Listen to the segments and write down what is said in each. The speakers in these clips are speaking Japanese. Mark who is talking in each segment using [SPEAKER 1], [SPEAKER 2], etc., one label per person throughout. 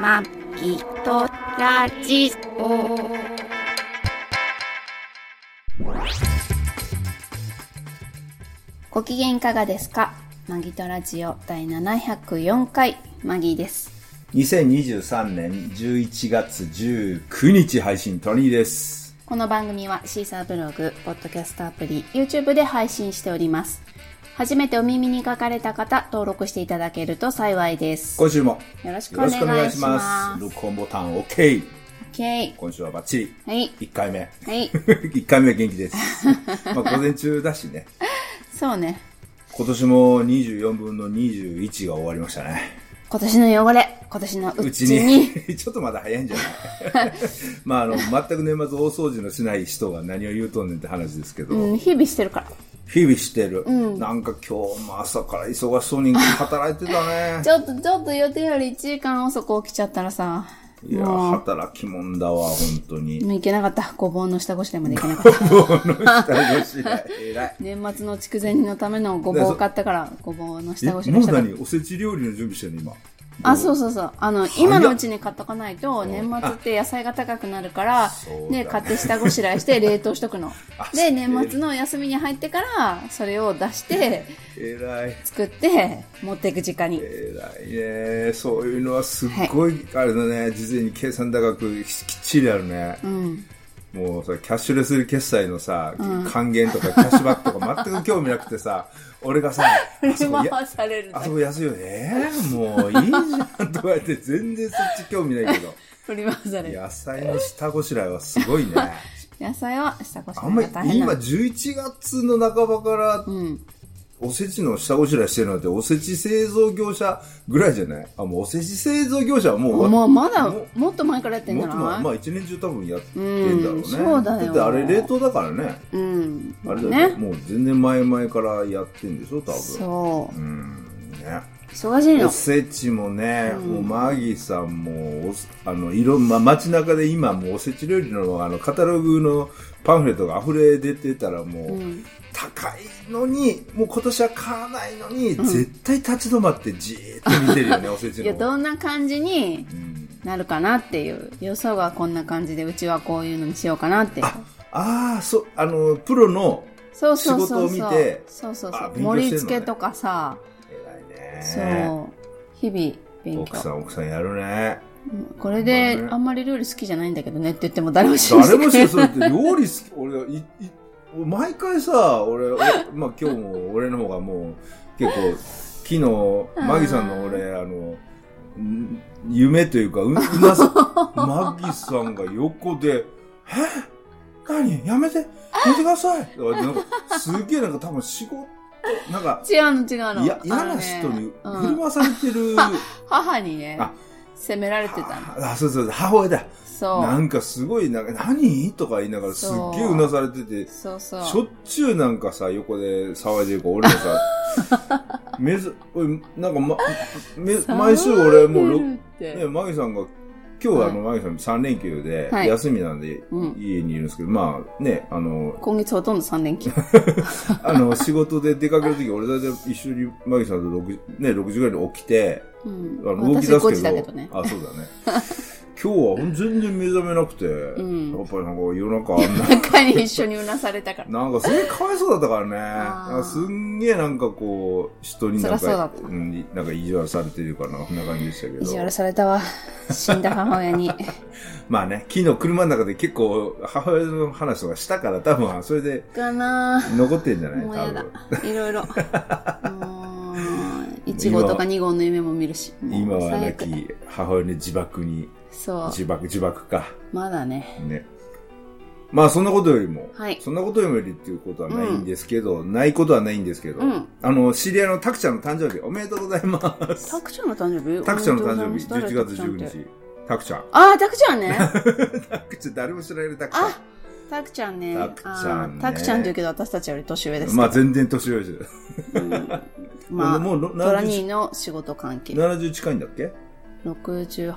[SPEAKER 1] まきとラジオ。ご機嫌いかがですかマギトラジオ第704回、マギーです。
[SPEAKER 2] 2023年11月19日配信トニーです
[SPEAKER 1] この番組はシーサーブログ、ポッドキャストアプリ、YouTube で配信しております。初めてお耳に書かれた方、登録していただけると幸いです。
[SPEAKER 2] 今週も
[SPEAKER 1] よろしく
[SPEAKER 2] よ
[SPEAKER 1] お願い
[SPEAKER 2] ろし
[SPEAKER 1] し
[SPEAKER 2] くお願
[SPEAKER 1] ま
[SPEAKER 2] い
[SPEAKER 1] す。
[SPEAKER 2] します録音ボタン OK
[SPEAKER 1] イ
[SPEAKER 2] 今週はバッチリ
[SPEAKER 1] ェイ。はい。
[SPEAKER 2] 1回目
[SPEAKER 1] はい。
[SPEAKER 2] 1回目元気です まあ午前中だしね
[SPEAKER 1] そうね。
[SPEAKER 2] 今年も24分の21が終わりましたね
[SPEAKER 1] 今年の汚れ、今年のう
[SPEAKER 2] う
[SPEAKER 1] ち
[SPEAKER 2] ち
[SPEAKER 1] に。
[SPEAKER 2] に ちょっとまだ早いんじゃない まああの全く年末大掃除のしない人が何を言うとんねんって話ですけど、
[SPEAKER 1] うん、日々してるから。
[SPEAKER 2] 日々してる、なんか今日も朝から忙しそうに働いてた ね
[SPEAKER 1] ちょっと、ちょっと予定より1時間遅く起きちゃったらさ、
[SPEAKER 2] いや、働き者だわ、本当に。
[SPEAKER 1] もういけなかった。ごぼうの下ごしらえまでいけなか った。
[SPEAKER 2] 下ごしらえ偉い。
[SPEAKER 1] 年末の筑前煮のためのごぼうを買ったから、ごぼうの
[SPEAKER 2] え
[SPEAKER 1] 下ごしらえ
[SPEAKER 2] もう
[SPEAKER 1] したかった
[SPEAKER 2] 何おせち料理の準備してるの、今。
[SPEAKER 1] あ、そうそうそう。あの、今のうちに買っとかないと、年末って野菜が高くなるから
[SPEAKER 2] そうだ、ね
[SPEAKER 1] ね、買って下ごしらえ して冷凍しとくの。
[SPEAKER 2] そ
[SPEAKER 1] で、
[SPEAKER 2] う
[SPEAKER 1] 年末の休みに入ってから、それを出して、
[SPEAKER 2] 偉い。
[SPEAKER 1] 作って、持っていく時間に。
[SPEAKER 2] 偉いね。そういうのはすっごい、あれだね、事前に計算高くきっちりあるね。
[SPEAKER 1] うん。
[SPEAKER 2] もうさ、キャッシュレス決済のさ、還元とかキャッシュバックとか全く興味なくてさ、俺がさ、
[SPEAKER 1] 振
[SPEAKER 2] あ
[SPEAKER 1] り
[SPEAKER 2] そこや
[SPEAKER 1] 回されるだ
[SPEAKER 2] あ
[SPEAKER 1] け
[SPEAKER 2] そ。こ安いよね。もういいじゃんとか言って全然そっち興味ないけど。
[SPEAKER 1] 振り回される。
[SPEAKER 2] 野菜の下ごしらえはすごいね。
[SPEAKER 1] 野菜は下ごしら
[SPEAKER 2] あ
[SPEAKER 1] え
[SPEAKER 2] んま
[SPEAKER 1] が
[SPEAKER 2] り
[SPEAKER 1] 大変な
[SPEAKER 2] 今
[SPEAKER 1] の。
[SPEAKER 2] 11月の半ばから
[SPEAKER 1] うん。
[SPEAKER 2] おせちの下ごしらえしてるのっておせち製造業者ぐらいじゃないあ、もうおせち製造業者はもう終わっ
[SPEAKER 1] もうまだ
[SPEAKER 2] も、
[SPEAKER 1] もっと前からやってんじ
[SPEAKER 2] も
[SPEAKER 1] ゃ
[SPEAKER 2] っと
[SPEAKER 1] ない
[SPEAKER 2] もまあ一年中多分やってんだろう
[SPEAKER 1] う
[SPEAKER 2] ね。
[SPEAKER 1] んそうだよ
[SPEAKER 2] ってあれ冷凍だからね。
[SPEAKER 1] うん。
[SPEAKER 2] あれだよね。
[SPEAKER 1] ね。
[SPEAKER 2] もう全然前々からやってんでしょ多分。
[SPEAKER 1] そうう。
[SPEAKER 2] ん、ね。
[SPEAKER 1] 忙しい
[SPEAKER 2] お
[SPEAKER 1] の。
[SPEAKER 2] せちもね、もうマギさんもおせ、あの、いろんな、街中で今もうおせち料理の、あの、カタログのパンフレットが溢れ出てたらもう、
[SPEAKER 1] うん。
[SPEAKER 2] 高いのに、もう今年は買わないのに、絶対立ち止まってじーっと見てる よね、おせち
[SPEAKER 1] い
[SPEAKER 2] の
[SPEAKER 1] や、
[SPEAKER 2] 方。
[SPEAKER 1] どんな感じに
[SPEAKER 2] うん
[SPEAKER 1] なるかなっていう。予想がこんな感じで、うちはこういうのにしようかなっていう。
[SPEAKER 2] ああ、そう、あの、プロの、
[SPEAKER 1] そうそうそう
[SPEAKER 2] 仕
[SPEAKER 1] そ
[SPEAKER 2] 事を
[SPEAKER 1] う。
[SPEAKER 2] 見て
[SPEAKER 1] そうそうそ
[SPEAKER 2] あ
[SPEAKER 1] う。
[SPEAKER 2] 勉強してんのね
[SPEAKER 1] 盛り付けとかさ、そ
[SPEAKER 2] 偉いね。
[SPEAKER 1] う。日々勉
[SPEAKER 2] 奥さ
[SPEAKER 1] 強。
[SPEAKER 2] ん、奥さんやるね。
[SPEAKER 1] これで
[SPEAKER 2] まあね、
[SPEAKER 1] あんまり料理好きじゃないんだけどねって言っても誰も信じて
[SPEAKER 2] 誰
[SPEAKER 1] くれ
[SPEAKER 2] も
[SPEAKER 1] ない
[SPEAKER 2] しかそれって料理好き、俺、い、い、毎回さ、俺、俺まあ今日も俺の方がもう、結構、昨日、マギさんの俺、あの、ん夢というか、う、うなさ、マギさんが横で、え何やめてやめてくださいとかなんかすげえなんか多分仕事、なんか、
[SPEAKER 1] 違うの違うの。
[SPEAKER 2] いや、嫌
[SPEAKER 1] あの
[SPEAKER 2] な
[SPEAKER 1] ね
[SPEAKER 2] 人に
[SPEAKER 1] うん
[SPEAKER 2] 振り回されてる。
[SPEAKER 1] 母にね
[SPEAKER 2] あ、
[SPEAKER 1] 責められてたの。
[SPEAKER 2] あ、そうそう、母親だ。な
[SPEAKER 1] そ
[SPEAKER 2] んかすごい、なんか、何とか言いながらすっげえうなされてて
[SPEAKER 1] う。、そうそ
[SPEAKER 2] しょ
[SPEAKER 1] う。
[SPEAKER 2] っちゅうなんかさ、横で騒いでる子、俺もさ、 めず、おい、なんか、ま、め毎週俺もうろ、ね、
[SPEAKER 1] う、
[SPEAKER 2] マギさんが、今日はあの、
[SPEAKER 1] は
[SPEAKER 2] マギさん3連休で、
[SPEAKER 1] はい
[SPEAKER 2] 休みなんで、
[SPEAKER 1] うん。
[SPEAKER 2] 家にいるんですけど、まあね、あの、
[SPEAKER 1] 今月ほとんど3連休。
[SPEAKER 2] あの、仕事で出かけるとき、俺だって一緒にマギさんと6、ね、6時ぐらいに起きて、
[SPEAKER 1] う
[SPEAKER 2] あ
[SPEAKER 1] ん。
[SPEAKER 2] の動き
[SPEAKER 1] 私
[SPEAKER 2] 出す
[SPEAKER 1] 5
[SPEAKER 2] け
[SPEAKER 1] 時
[SPEAKER 2] ど、
[SPEAKER 1] だけどね。
[SPEAKER 2] あ、そうだね。今日は全然目覚めなくて、
[SPEAKER 1] ん
[SPEAKER 2] やっぱりなんか夜中あんな、
[SPEAKER 1] 中に一緒にうなされたから。
[SPEAKER 2] なんかすげえかわいそうだったからね。
[SPEAKER 1] あー
[SPEAKER 2] なんかすんげえなんかこう、人にな
[SPEAKER 1] 辛
[SPEAKER 2] ん
[SPEAKER 1] そうだっ
[SPEAKER 2] か、
[SPEAKER 1] た
[SPEAKER 2] ん、なんか意地悪されてるからなんかそんな感じでしたけ
[SPEAKER 1] 意地悪
[SPEAKER 2] ど。
[SPEAKER 1] されたわ。死んだ母親に。
[SPEAKER 2] まあね、昨日車の中で結構母親の話とかしたから多分それで
[SPEAKER 1] かな
[SPEAKER 2] 残ってんじゃない
[SPEAKER 1] もうや
[SPEAKER 2] 多
[SPEAKER 1] だ
[SPEAKER 2] 分。。
[SPEAKER 1] いろい ろ。もう、1号とか2号の夢も見るし。もう
[SPEAKER 2] 今は亡
[SPEAKER 1] 最悪
[SPEAKER 2] き母親の自爆に、
[SPEAKER 1] そ
[SPEAKER 2] 自爆自爆か。
[SPEAKER 1] う。まだね。
[SPEAKER 2] ね。まあそんなことよりも、
[SPEAKER 1] はい
[SPEAKER 2] そんなことよりっていうことはないんですけど、ないことはないんですけど、
[SPEAKER 1] うん
[SPEAKER 2] あの、知り合いのタクちゃんの誕生日おめでとうございます。
[SPEAKER 1] タクちゃんの誕生日
[SPEAKER 2] タクちゃんの誕生日、
[SPEAKER 1] おめでと
[SPEAKER 2] 11
[SPEAKER 1] うご
[SPEAKER 2] 月
[SPEAKER 1] ざいます誰タクちゃんって
[SPEAKER 2] 19日。タクちゃん。
[SPEAKER 1] ああ、タクちゃんね。
[SPEAKER 2] タクちゃん、誰も知られるタクち
[SPEAKER 1] あタクちゃんね。
[SPEAKER 2] タクちゃんね
[SPEAKER 1] あータクちゃんというけど、私たちより年上で
[SPEAKER 2] ゃ
[SPEAKER 1] す
[SPEAKER 2] ん。
[SPEAKER 1] けど。
[SPEAKER 2] まあ、全然年上です。
[SPEAKER 1] うんまあ、
[SPEAKER 2] もうもう
[SPEAKER 1] ドラニーの仕事関係。
[SPEAKER 2] 70近いんだっけ
[SPEAKER 1] 68?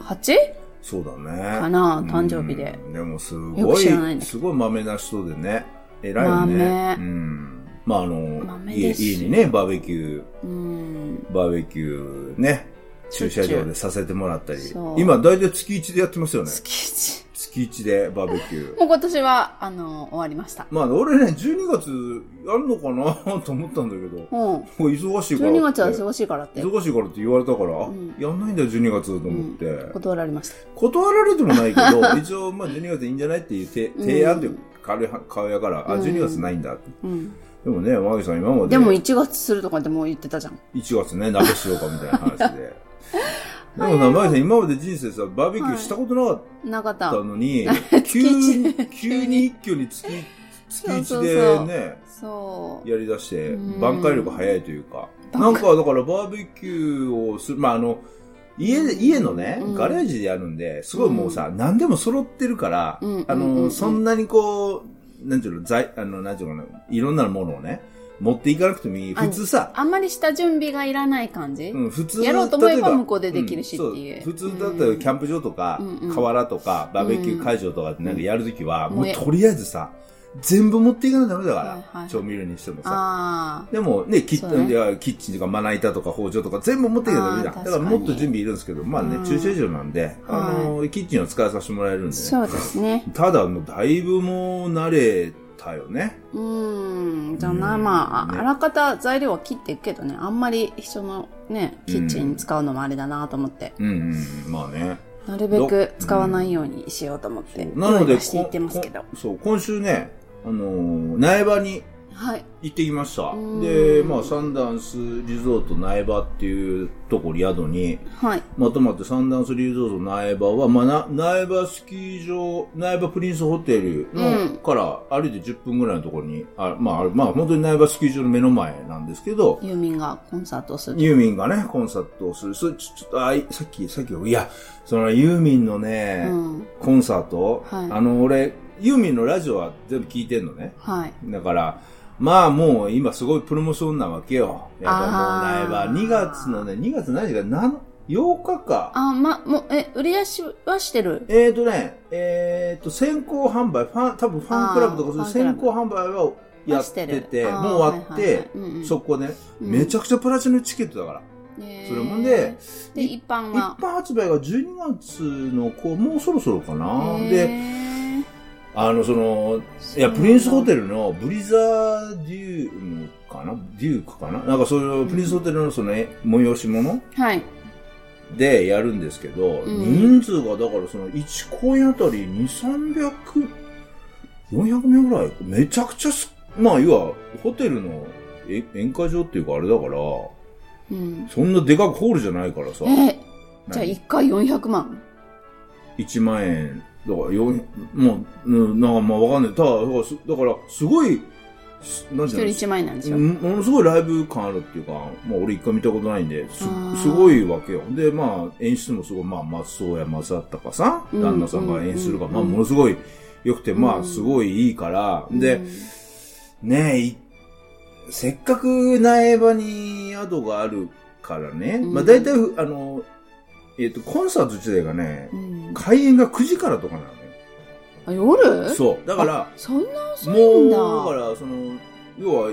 [SPEAKER 2] そうだね。
[SPEAKER 1] かな誕生日で
[SPEAKER 2] うん。でも、す
[SPEAKER 1] よく
[SPEAKER 2] ご
[SPEAKER 1] 知らない
[SPEAKER 2] い、
[SPEAKER 1] ね
[SPEAKER 2] すごいマメな人でね。偉いよ
[SPEAKER 1] 豆
[SPEAKER 2] ね。うん。まあ、あの、
[SPEAKER 1] 豆
[SPEAKER 2] 家
[SPEAKER 1] です
[SPEAKER 2] 家にね、バーベキュ
[SPEAKER 1] う
[SPEAKER 2] ー、
[SPEAKER 1] ん。
[SPEAKER 2] バーベキューね、駐車場でさせてもらったり
[SPEAKER 1] そう。
[SPEAKER 2] 今、大体月1でやってますよね。
[SPEAKER 1] 月一。
[SPEAKER 2] 月1でバーベキュー。
[SPEAKER 1] もう今年は、あの、終わりました。
[SPEAKER 2] まあ、俺ね、12月やるのかなと思ったんだけど、
[SPEAKER 1] うん。
[SPEAKER 2] これ忙しいからって。
[SPEAKER 1] 12月は忙しいからって。
[SPEAKER 2] 忙しいからって言われたから、あ
[SPEAKER 1] うん
[SPEAKER 2] やんないんだよ、12月と思って。
[SPEAKER 1] うん断られました。
[SPEAKER 2] 断られてもな いけど、一応、まあ、12月いいんじゃないっていうて提案で
[SPEAKER 1] うん
[SPEAKER 2] 軽い顔やから、あ、
[SPEAKER 1] うん
[SPEAKER 2] 12月ないんだって。
[SPEAKER 1] うん。
[SPEAKER 2] でもね、マギさん今まで、
[SPEAKER 1] でも1月するとかってもう言ってたじゃん。
[SPEAKER 2] 1月ね、鍋しようかみたいな話 で。でもな、マギさん今まで人生さ、バーベキューしたことなかっ
[SPEAKER 1] なかったた。
[SPEAKER 2] のに、 急
[SPEAKER 1] 一
[SPEAKER 2] に、急に一挙に月、月
[SPEAKER 1] そ
[SPEAKER 2] 1
[SPEAKER 1] うそうそ
[SPEAKER 2] で
[SPEAKER 1] う
[SPEAKER 2] ね、
[SPEAKER 1] そう。
[SPEAKER 2] やりだして
[SPEAKER 1] う、ん
[SPEAKER 2] 挽回力早いというか。
[SPEAKER 1] 挽
[SPEAKER 2] な
[SPEAKER 1] 回
[SPEAKER 2] んか、だからバーベキューをする、まあ、あの、家で、家のね
[SPEAKER 1] うん、
[SPEAKER 2] ガレージでやるんで、すごいもうさ、何でも揃ってるから
[SPEAKER 1] うん、
[SPEAKER 2] あ
[SPEAKER 1] うんうんうん
[SPEAKER 2] の、そんなにこう、なんていうの、材、あの、なんていうのかな、いろんなものをね、持っていかなくてもいい。
[SPEAKER 1] あ
[SPEAKER 2] 普通さ、
[SPEAKER 1] あんまり下準備がいらない感じ、
[SPEAKER 2] うん、普通
[SPEAKER 1] やろうと思えば
[SPEAKER 2] 例
[SPEAKER 1] 向こうでできるしっていうん
[SPEAKER 2] そ普通だったらキャンプ場とか、
[SPEAKER 1] うんうん
[SPEAKER 2] 河原とか、バーベキュー会場とかでなんかやるときは、
[SPEAKER 1] うん
[SPEAKER 2] もうとりあえずさ、全部持っていかないとダメだから、
[SPEAKER 1] はいはい
[SPEAKER 2] 調味料にしてもさ。
[SPEAKER 1] ああ。
[SPEAKER 2] でもね、キッ
[SPEAKER 1] そうね
[SPEAKER 2] いやキッチンとかまな板とか包丁とか全部持っていかないとダメじゃ
[SPEAKER 1] あー
[SPEAKER 2] ん。だから
[SPEAKER 1] 確か
[SPEAKER 2] も
[SPEAKER 1] に
[SPEAKER 2] っと準備いるんですけど、まあ
[SPEAKER 1] うん
[SPEAKER 2] ね、駐車場なんで、あの、キッチンを使わさせてもらえるんでね。
[SPEAKER 1] そうですね。
[SPEAKER 2] ただ、もうだいぶもう慣れたよね。
[SPEAKER 1] うーん。じゃあな、
[SPEAKER 2] うん
[SPEAKER 1] まあ、
[SPEAKER 2] ね
[SPEAKER 1] あらかた材料は切っていくけどね、あんまり人のね、キッチンに使うのもあれだなと思って、
[SPEAKER 2] うんうん、まあね。
[SPEAKER 1] なるべく使わないようにしようと思って、
[SPEAKER 2] なの
[SPEAKER 1] 用意
[SPEAKER 2] で、
[SPEAKER 1] はしていってますけど
[SPEAKER 2] こ。こそう、今週ね、あのー苗場に
[SPEAKER 1] はい。
[SPEAKER 2] 行ってきました
[SPEAKER 1] うん。
[SPEAKER 2] で、まあ、サンダンスリゾート苗場っていうところ、宿に、
[SPEAKER 1] はい。
[SPEAKER 2] まとまってサンダンスリゾート苗場は、まあ、な苗場スキー場、苗場プリンスホテルの、
[SPEAKER 1] うん
[SPEAKER 2] から歩いて10分ぐらいのところに、あまあ、あれまあ、本当に苗場スキー場の目の前なんですけど、
[SPEAKER 1] ユーミンがコンサートをする。
[SPEAKER 2] ユーミンがね、コンサートをする。それちょちょっと、あい、さっき、さっき、いや、そのユーミンのね、
[SPEAKER 1] うん。
[SPEAKER 2] コンサート、
[SPEAKER 1] はい
[SPEAKER 2] あの、俺、ユーミンのラジオは全部聞いてんのね。
[SPEAKER 1] はい。
[SPEAKER 2] だから、まあもう今すごいプロモーションなわけよ。やっ
[SPEAKER 1] あ
[SPEAKER 2] ぱ
[SPEAKER 1] ー
[SPEAKER 2] もう苗場。2月のね、2月何時か、なん8日か。
[SPEAKER 1] あ、ま、もう、え、売り出しはしてる。
[SPEAKER 2] えーとね、えーと、先行販売、ファン、多分ファンクラブとかそういう
[SPEAKER 1] あーファン
[SPEAKER 2] 先
[SPEAKER 1] クラ
[SPEAKER 2] 行販売はやってて、
[SPEAKER 1] あー
[SPEAKER 2] もう終わって、
[SPEAKER 1] はいはいはいうんうん
[SPEAKER 2] そこね、
[SPEAKER 1] うん
[SPEAKER 2] めちゃくちゃプラチナチケットだから。
[SPEAKER 1] そ
[SPEAKER 2] それもんで、
[SPEAKER 1] で、一般
[SPEAKER 2] 一
[SPEAKER 1] は。
[SPEAKER 2] 般発売が12月のこう、もうそろそろかな。
[SPEAKER 1] へー
[SPEAKER 2] で、、あの、その、い
[SPEAKER 1] そうな
[SPEAKER 2] や、
[SPEAKER 1] んだ
[SPEAKER 2] プリンスホテルのブリザーデュームかなデュークかななんかそういうプリンスホテルのそのえ催し物
[SPEAKER 1] はい。
[SPEAKER 2] でやるんですけど、
[SPEAKER 1] うん
[SPEAKER 2] 人数がだからその1公演あたり2、300、400名ぐらいめちゃくちゃす、まあ、要はホテルのえ宴会場っていうかあれだから、
[SPEAKER 1] うん。
[SPEAKER 2] そんなでかくホールじゃないからさ、
[SPEAKER 1] え、じゃあ
[SPEAKER 2] 何
[SPEAKER 1] 一回400万。
[SPEAKER 2] 1万円、だからよん、もう、うんなんかまあわかんない。ただ、だからす、だからすごい、すなん
[SPEAKER 1] 一人
[SPEAKER 2] ていうの
[SPEAKER 1] 一万円なんでしょ。
[SPEAKER 2] うんものすごいライブ感あるっていうか、まあ俺一回見たことないんで、す
[SPEAKER 1] あー
[SPEAKER 2] すごいわけよ。で、まあ演出もすごい、まあ松尾山正隆さ
[SPEAKER 1] うん
[SPEAKER 2] ん、旦那さんが演出するから、
[SPEAKER 1] うん
[SPEAKER 2] まあものすごい良くて、
[SPEAKER 1] うん
[SPEAKER 2] まあすごいいいから、
[SPEAKER 1] う
[SPEAKER 2] で、
[SPEAKER 1] ん
[SPEAKER 2] ねえ、いせっかく苗場に宿があるからね、
[SPEAKER 1] うん
[SPEAKER 2] まあ大体、あの、えっ、と、コンサート自体がね、
[SPEAKER 1] うん
[SPEAKER 2] 開演が9時からとかなのね。
[SPEAKER 1] あ、夜
[SPEAKER 2] そう。だから、
[SPEAKER 1] そんな遅い
[SPEAKER 2] も
[SPEAKER 1] ん
[SPEAKER 2] う、
[SPEAKER 1] だ。
[SPEAKER 2] だから、その、要は、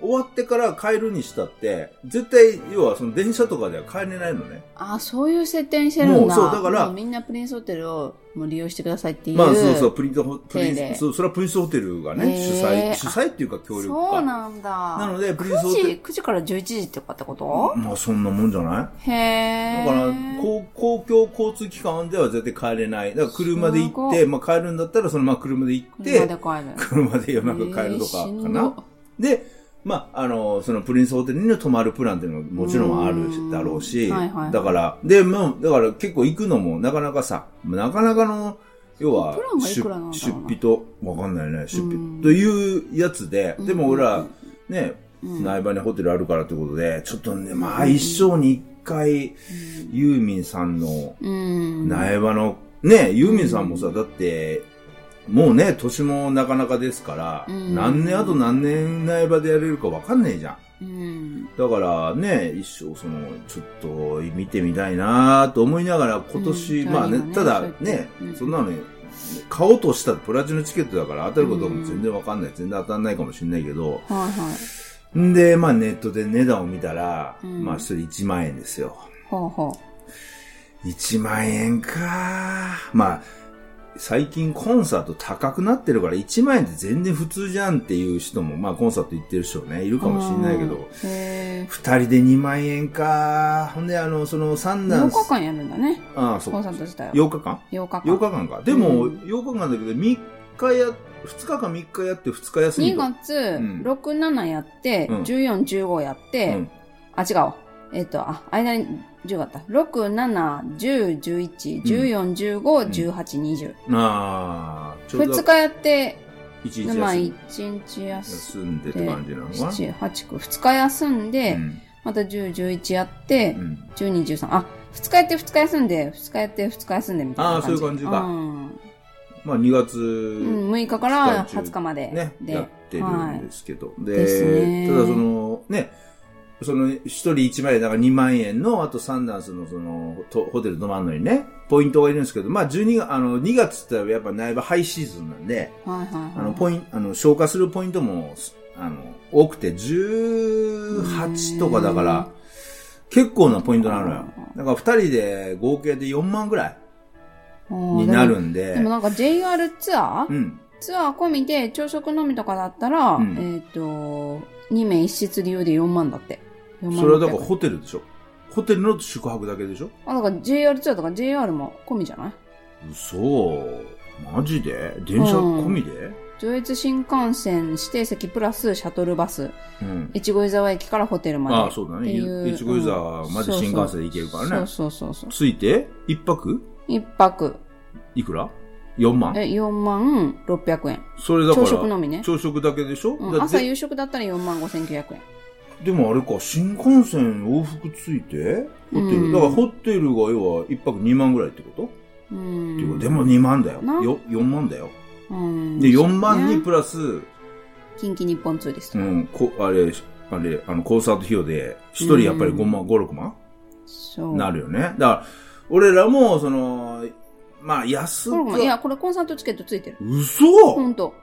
[SPEAKER 2] 終わってから帰るにしたって、絶対、要は、その電車とかでは帰れないのね。
[SPEAKER 1] あ、そういう設定にしてるんだ。
[SPEAKER 2] もうそうだから
[SPEAKER 1] もみんなプリンスホテルをもう利用してくださいっていう。
[SPEAKER 2] まあ、そうそう、プリントホ、プリ
[SPEAKER 1] 丁寧
[SPEAKER 2] ンそう、それはプリンスホテルが
[SPEAKER 1] へ
[SPEAKER 2] ね、主
[SPEAKER 1] ー
[SPEAKER 2] 催、
[SPEAKER 1] あ
[SPEAKER 2] 主催っていうか協力
[SPEAKER 1] そう
[SPEAKER 2] か。
[SPEAKER 1] なんだ。
[SPEAKER 2] なの
[SPEAKER 1] な
[SPEAKER 2] で、プリンス
[SPEAKER 1] 9
[SPEAKER 2] ホテル
[SPEAKER 1] 時、、9時から11時とかってこと
[SPEAKER 2] まあ、そんなもんじゃない
[SPEAKER 1] へえ。
[SPEAKER 2] だから、公公共交通機関では絶対帰れない。だから、車で行っ
[SPEAKER 1] すご
[SPEAKER 2] て、まあ、帰るんだったら、そのまま車で行っ
[SPEAKER 1] 車で
[SPEAKER 2] て、
[SPEAKER 1] 帰る。
[SPEAKER 2] 車で夜中帰るとか
[SPEAKER 1] えー
[SPEAKER 2] かな。。で、まあ、あの、そのプリンスホテルに泊まるプランっていうのももちろんあ
[SPEAKER 1] うーん
[SPEAKER 2] るだろうし、
[SPEAKER 1] はいはいはい
[SPEAKER 2] だから、で、まあ、だから結構行くのもなかなかさ、なかなかの、要は
[SPEAKER 1] プランがい
[SPEAKER 2] 出、
[SPEAKER 1] くらなんだろう
[SPEAKER 2] 出
[SPEAKER 1] な
[SPEAKER 2] 費と、わかんないね、出
[SPEAKER 1] う
[SPEAKER 2] 費
[SPEAKER 1] ん
[SPEAKER 2] というやつで、でも俺ら、ね、
[SPEAKER 1] うん、
[SPEAKER 2] 苗場にホテルあるからってことで、ちょっとね、まあ
[SPEAKER 1] うん
[SPEAKER 2] 一生に一回、ユーミンさんの
[SPEAKER 1] うん。
[SPEAKER 2] 苗場の、ね、ユーミンさんもさ、だって、もうね、年もなかなかですから、
[SPEAKER 1] うん
[SPEAKER 2] 何年後何年苗場でやれるかわかんないじゃん。
[SPEAKER 1] うん。
[SPEAKER 2] だからね、一生その、ちょっと見てみたいなと思いながら、今年、
[SPEAKER 1] うん
[SPEAKER 2] まあね、
[SPEAKER 1] そう
[SPEAKER 2] た
[SPEAKER 1] だ
[SPEAKER 2] だ
[SPEAKER 1] よね
[SPEAKER 2] ね、
[SPEAKER 1] うん
[SPEAKER 2] そんなのね、買おうとしたらプラチナチケットだから当たることも全然わかんない、全然当たんないかもしれないけど、
[SPEAKER 1] はいはい。
[SPEAKER 2] んで、まあネットで値段を見たら、
[SPEAKER 1] うん
[SPEAKER 2] まあ一人1万円ですよ。
[SPEAKER 1] ほうほ
[SPEAKER 2] 1万円か。まあ、最近コンサート高くなってるから1万円って全然普通じゃんっていう人も、まあコンサート行ってる人ね、いる
[SPEAKER 1] う。
[SPEAKER 2] かもしれないけど、
[SPEAKER 1] うん。へえ。
[SPEAKER 2] 二人で2万円か。ほんで、あの、その三男、
[SPEAKER 1] 8日間やるんだね。
[SPEAKER 2] ああ、そ
[SPEAKER 1] コン
[SPEAKER 2] う。
[SPEAKER 1] サート自体は。
[SPEAKER 2] 8日間
[SPEAKER 1] 8日
[SPEAKER 2] ?8
[SPEAKER 1] 間。
[SPEAKER 2] 日間か。でも、
[SPEAKER 1] うん
[SPEAKER 2] 8日間だけど、3日や、2日か3日やって2日休み
[SPEAKER 1] 2
[SPEAKER 2] と。
[SPEAKER 1] 月、6、
[SPEAKER 2] ん
[SPEAKER 1] 7やって、
[SPEAKER 2] うん
[SPEAKER 1] 14、15やって、
[SPEAKER 2] うん
[SPEAKER 1] あ、違う。えっ、と、あ、間に10があった。6、7、10、11、14、15、18、20。
[SPEAKER 2] ああ、ちょうど
[SPEAKER 1] 2日やって、
[SPEAKER 2] 1日
[SPEAKER 1] まあ
[SPEAKER 2] 休み
[SPEAKER 1] 1日休
[SPEAKER 2] 休んでって感じなの
[SPEAKER 1] み、
[SPEAKER 2] かな。
[SPEAKER 1] 7、8、9、2日休んで、
[SPEAKER 2] うん
[SPEAKER 1] また10、11やって、
[SPEAKER 2] うん
[SPEAKER 1] 12、13。あ、2日やって2日休んで、2日やって2日休んでみたいな感じ。
[SPEAKER 2] あーそういう感じか
[SPEAKER 1] うん
[SPEAKER 2] まあ2月、
[SPEAKER 1] うん、6日から
[SPEAKER 2] 2
[SPEAKER 1] 20日まで。
[SPEAKER 2] ね、
[SPEAKER 1] で
[SPEAKER 2] やってるんですけど。
[SPEAKER 1] です
[SPEAKER 2] で、
[SPEAKER 1] ね
[SPEAKER 2] ただその、ね、その一人一万円、だから2万円の、あとサンダースのその、とホテル泊まるのにね、ポイントがいるんですけど、まあ12月、あの、2月ってやっぱ苗場ハイシーズンなんで、
[SPEAKER 1] はいはいはい。
[SPEAKER 2] あの、ポインあの、消化するポイントも、すあの、多くて18とかだから、結構なポイントなのよ。だから2人で合計で4万ぐらい
[SPEAKER 1] おー
[SPEAKER 2] になるんで、
[SPEAKER 1] でもでもなんか JR ツアー、
[SPEAKER 2] うん。
[SPEAKER 1] ツアー込みで朝食のみとかだったら、
[SPEAKER 2] うん
[SPEAKER 1] えっ、と、2名一室利用で4万だって。4万
[SPEAKER 2] それはだから
[SPEAKER 1] 600
[SPEAKER 2] ホテルでしょホテルの宿泊だけでしょ
[SPEAKER 1] あ、だから JR ツアーとか JR も込みじゃない
[SPEAKER 2] 嘘マジで電車込みで
[SPEAKER 1] 上越新幹線指定席プラスシャトルバス、
[SPEAKER 2] うん。
[SPEAKER 1] 越後湯沢駅からホテルまで。
[SPEAKER 2] ああ、そうだね。
[SPEAKER 1] っていう
[SPEAKER 2] い越後湯沢まで新幹線で行けるからね。
[SPEAKER 1] そうそうそうそう。
[SPEAKER 2] ついて、一泊
[SPEAKER 1] 一泊、
[SPEAKER 2] いくら ?4 万
[SPEAKER 1] え、4万600円。
[SPEAKER 2] それだから、
[SPEAKER 1] 朝食のみね
[SPEAKER 2] 朝食だけでしょ、
[SPEAKER 1] うん
[SPEAKER 2] だって
[SPEAKER 1] 朝夕食だったら4万5900円。
[SPEAKER 2] でもあれか、新幹線往復ついて、ホテル。
[SPEAKER 1] うん
[SPEAKER 2] だからホテルが要は一泊2万ぐらいってこと、
[SPEAKER 1] う。
[SPEAKER 2] っていうんかでも2万だよ。
[SPEAKER 1] な
[SPEAKER 2] よ4万だよ。
[SPEAKER 1] うん、
[SPEAKER 2] で、4万に
[SPEAKER 1] ね
[SPEAKER 2] プラス、
[SPEAKER 1] 近畿日本ツーリスト。
[SPEAKER 2] うん、こ、あれ、あれ、あの、コンサート費用で、一人やっぱり5万、5、6万
[SPEAKER 1] そう。
[SPEAKER 2] なるよね。だから、俺らも、その、まあ、安
[SPEAKER 1] これも
[SPEAKER 2] く
[SPEAKER 1] い、や、これコンサートチケットついてる。
[SPEAKER 2] 嘘、
[SPEAKER 1] ほんと。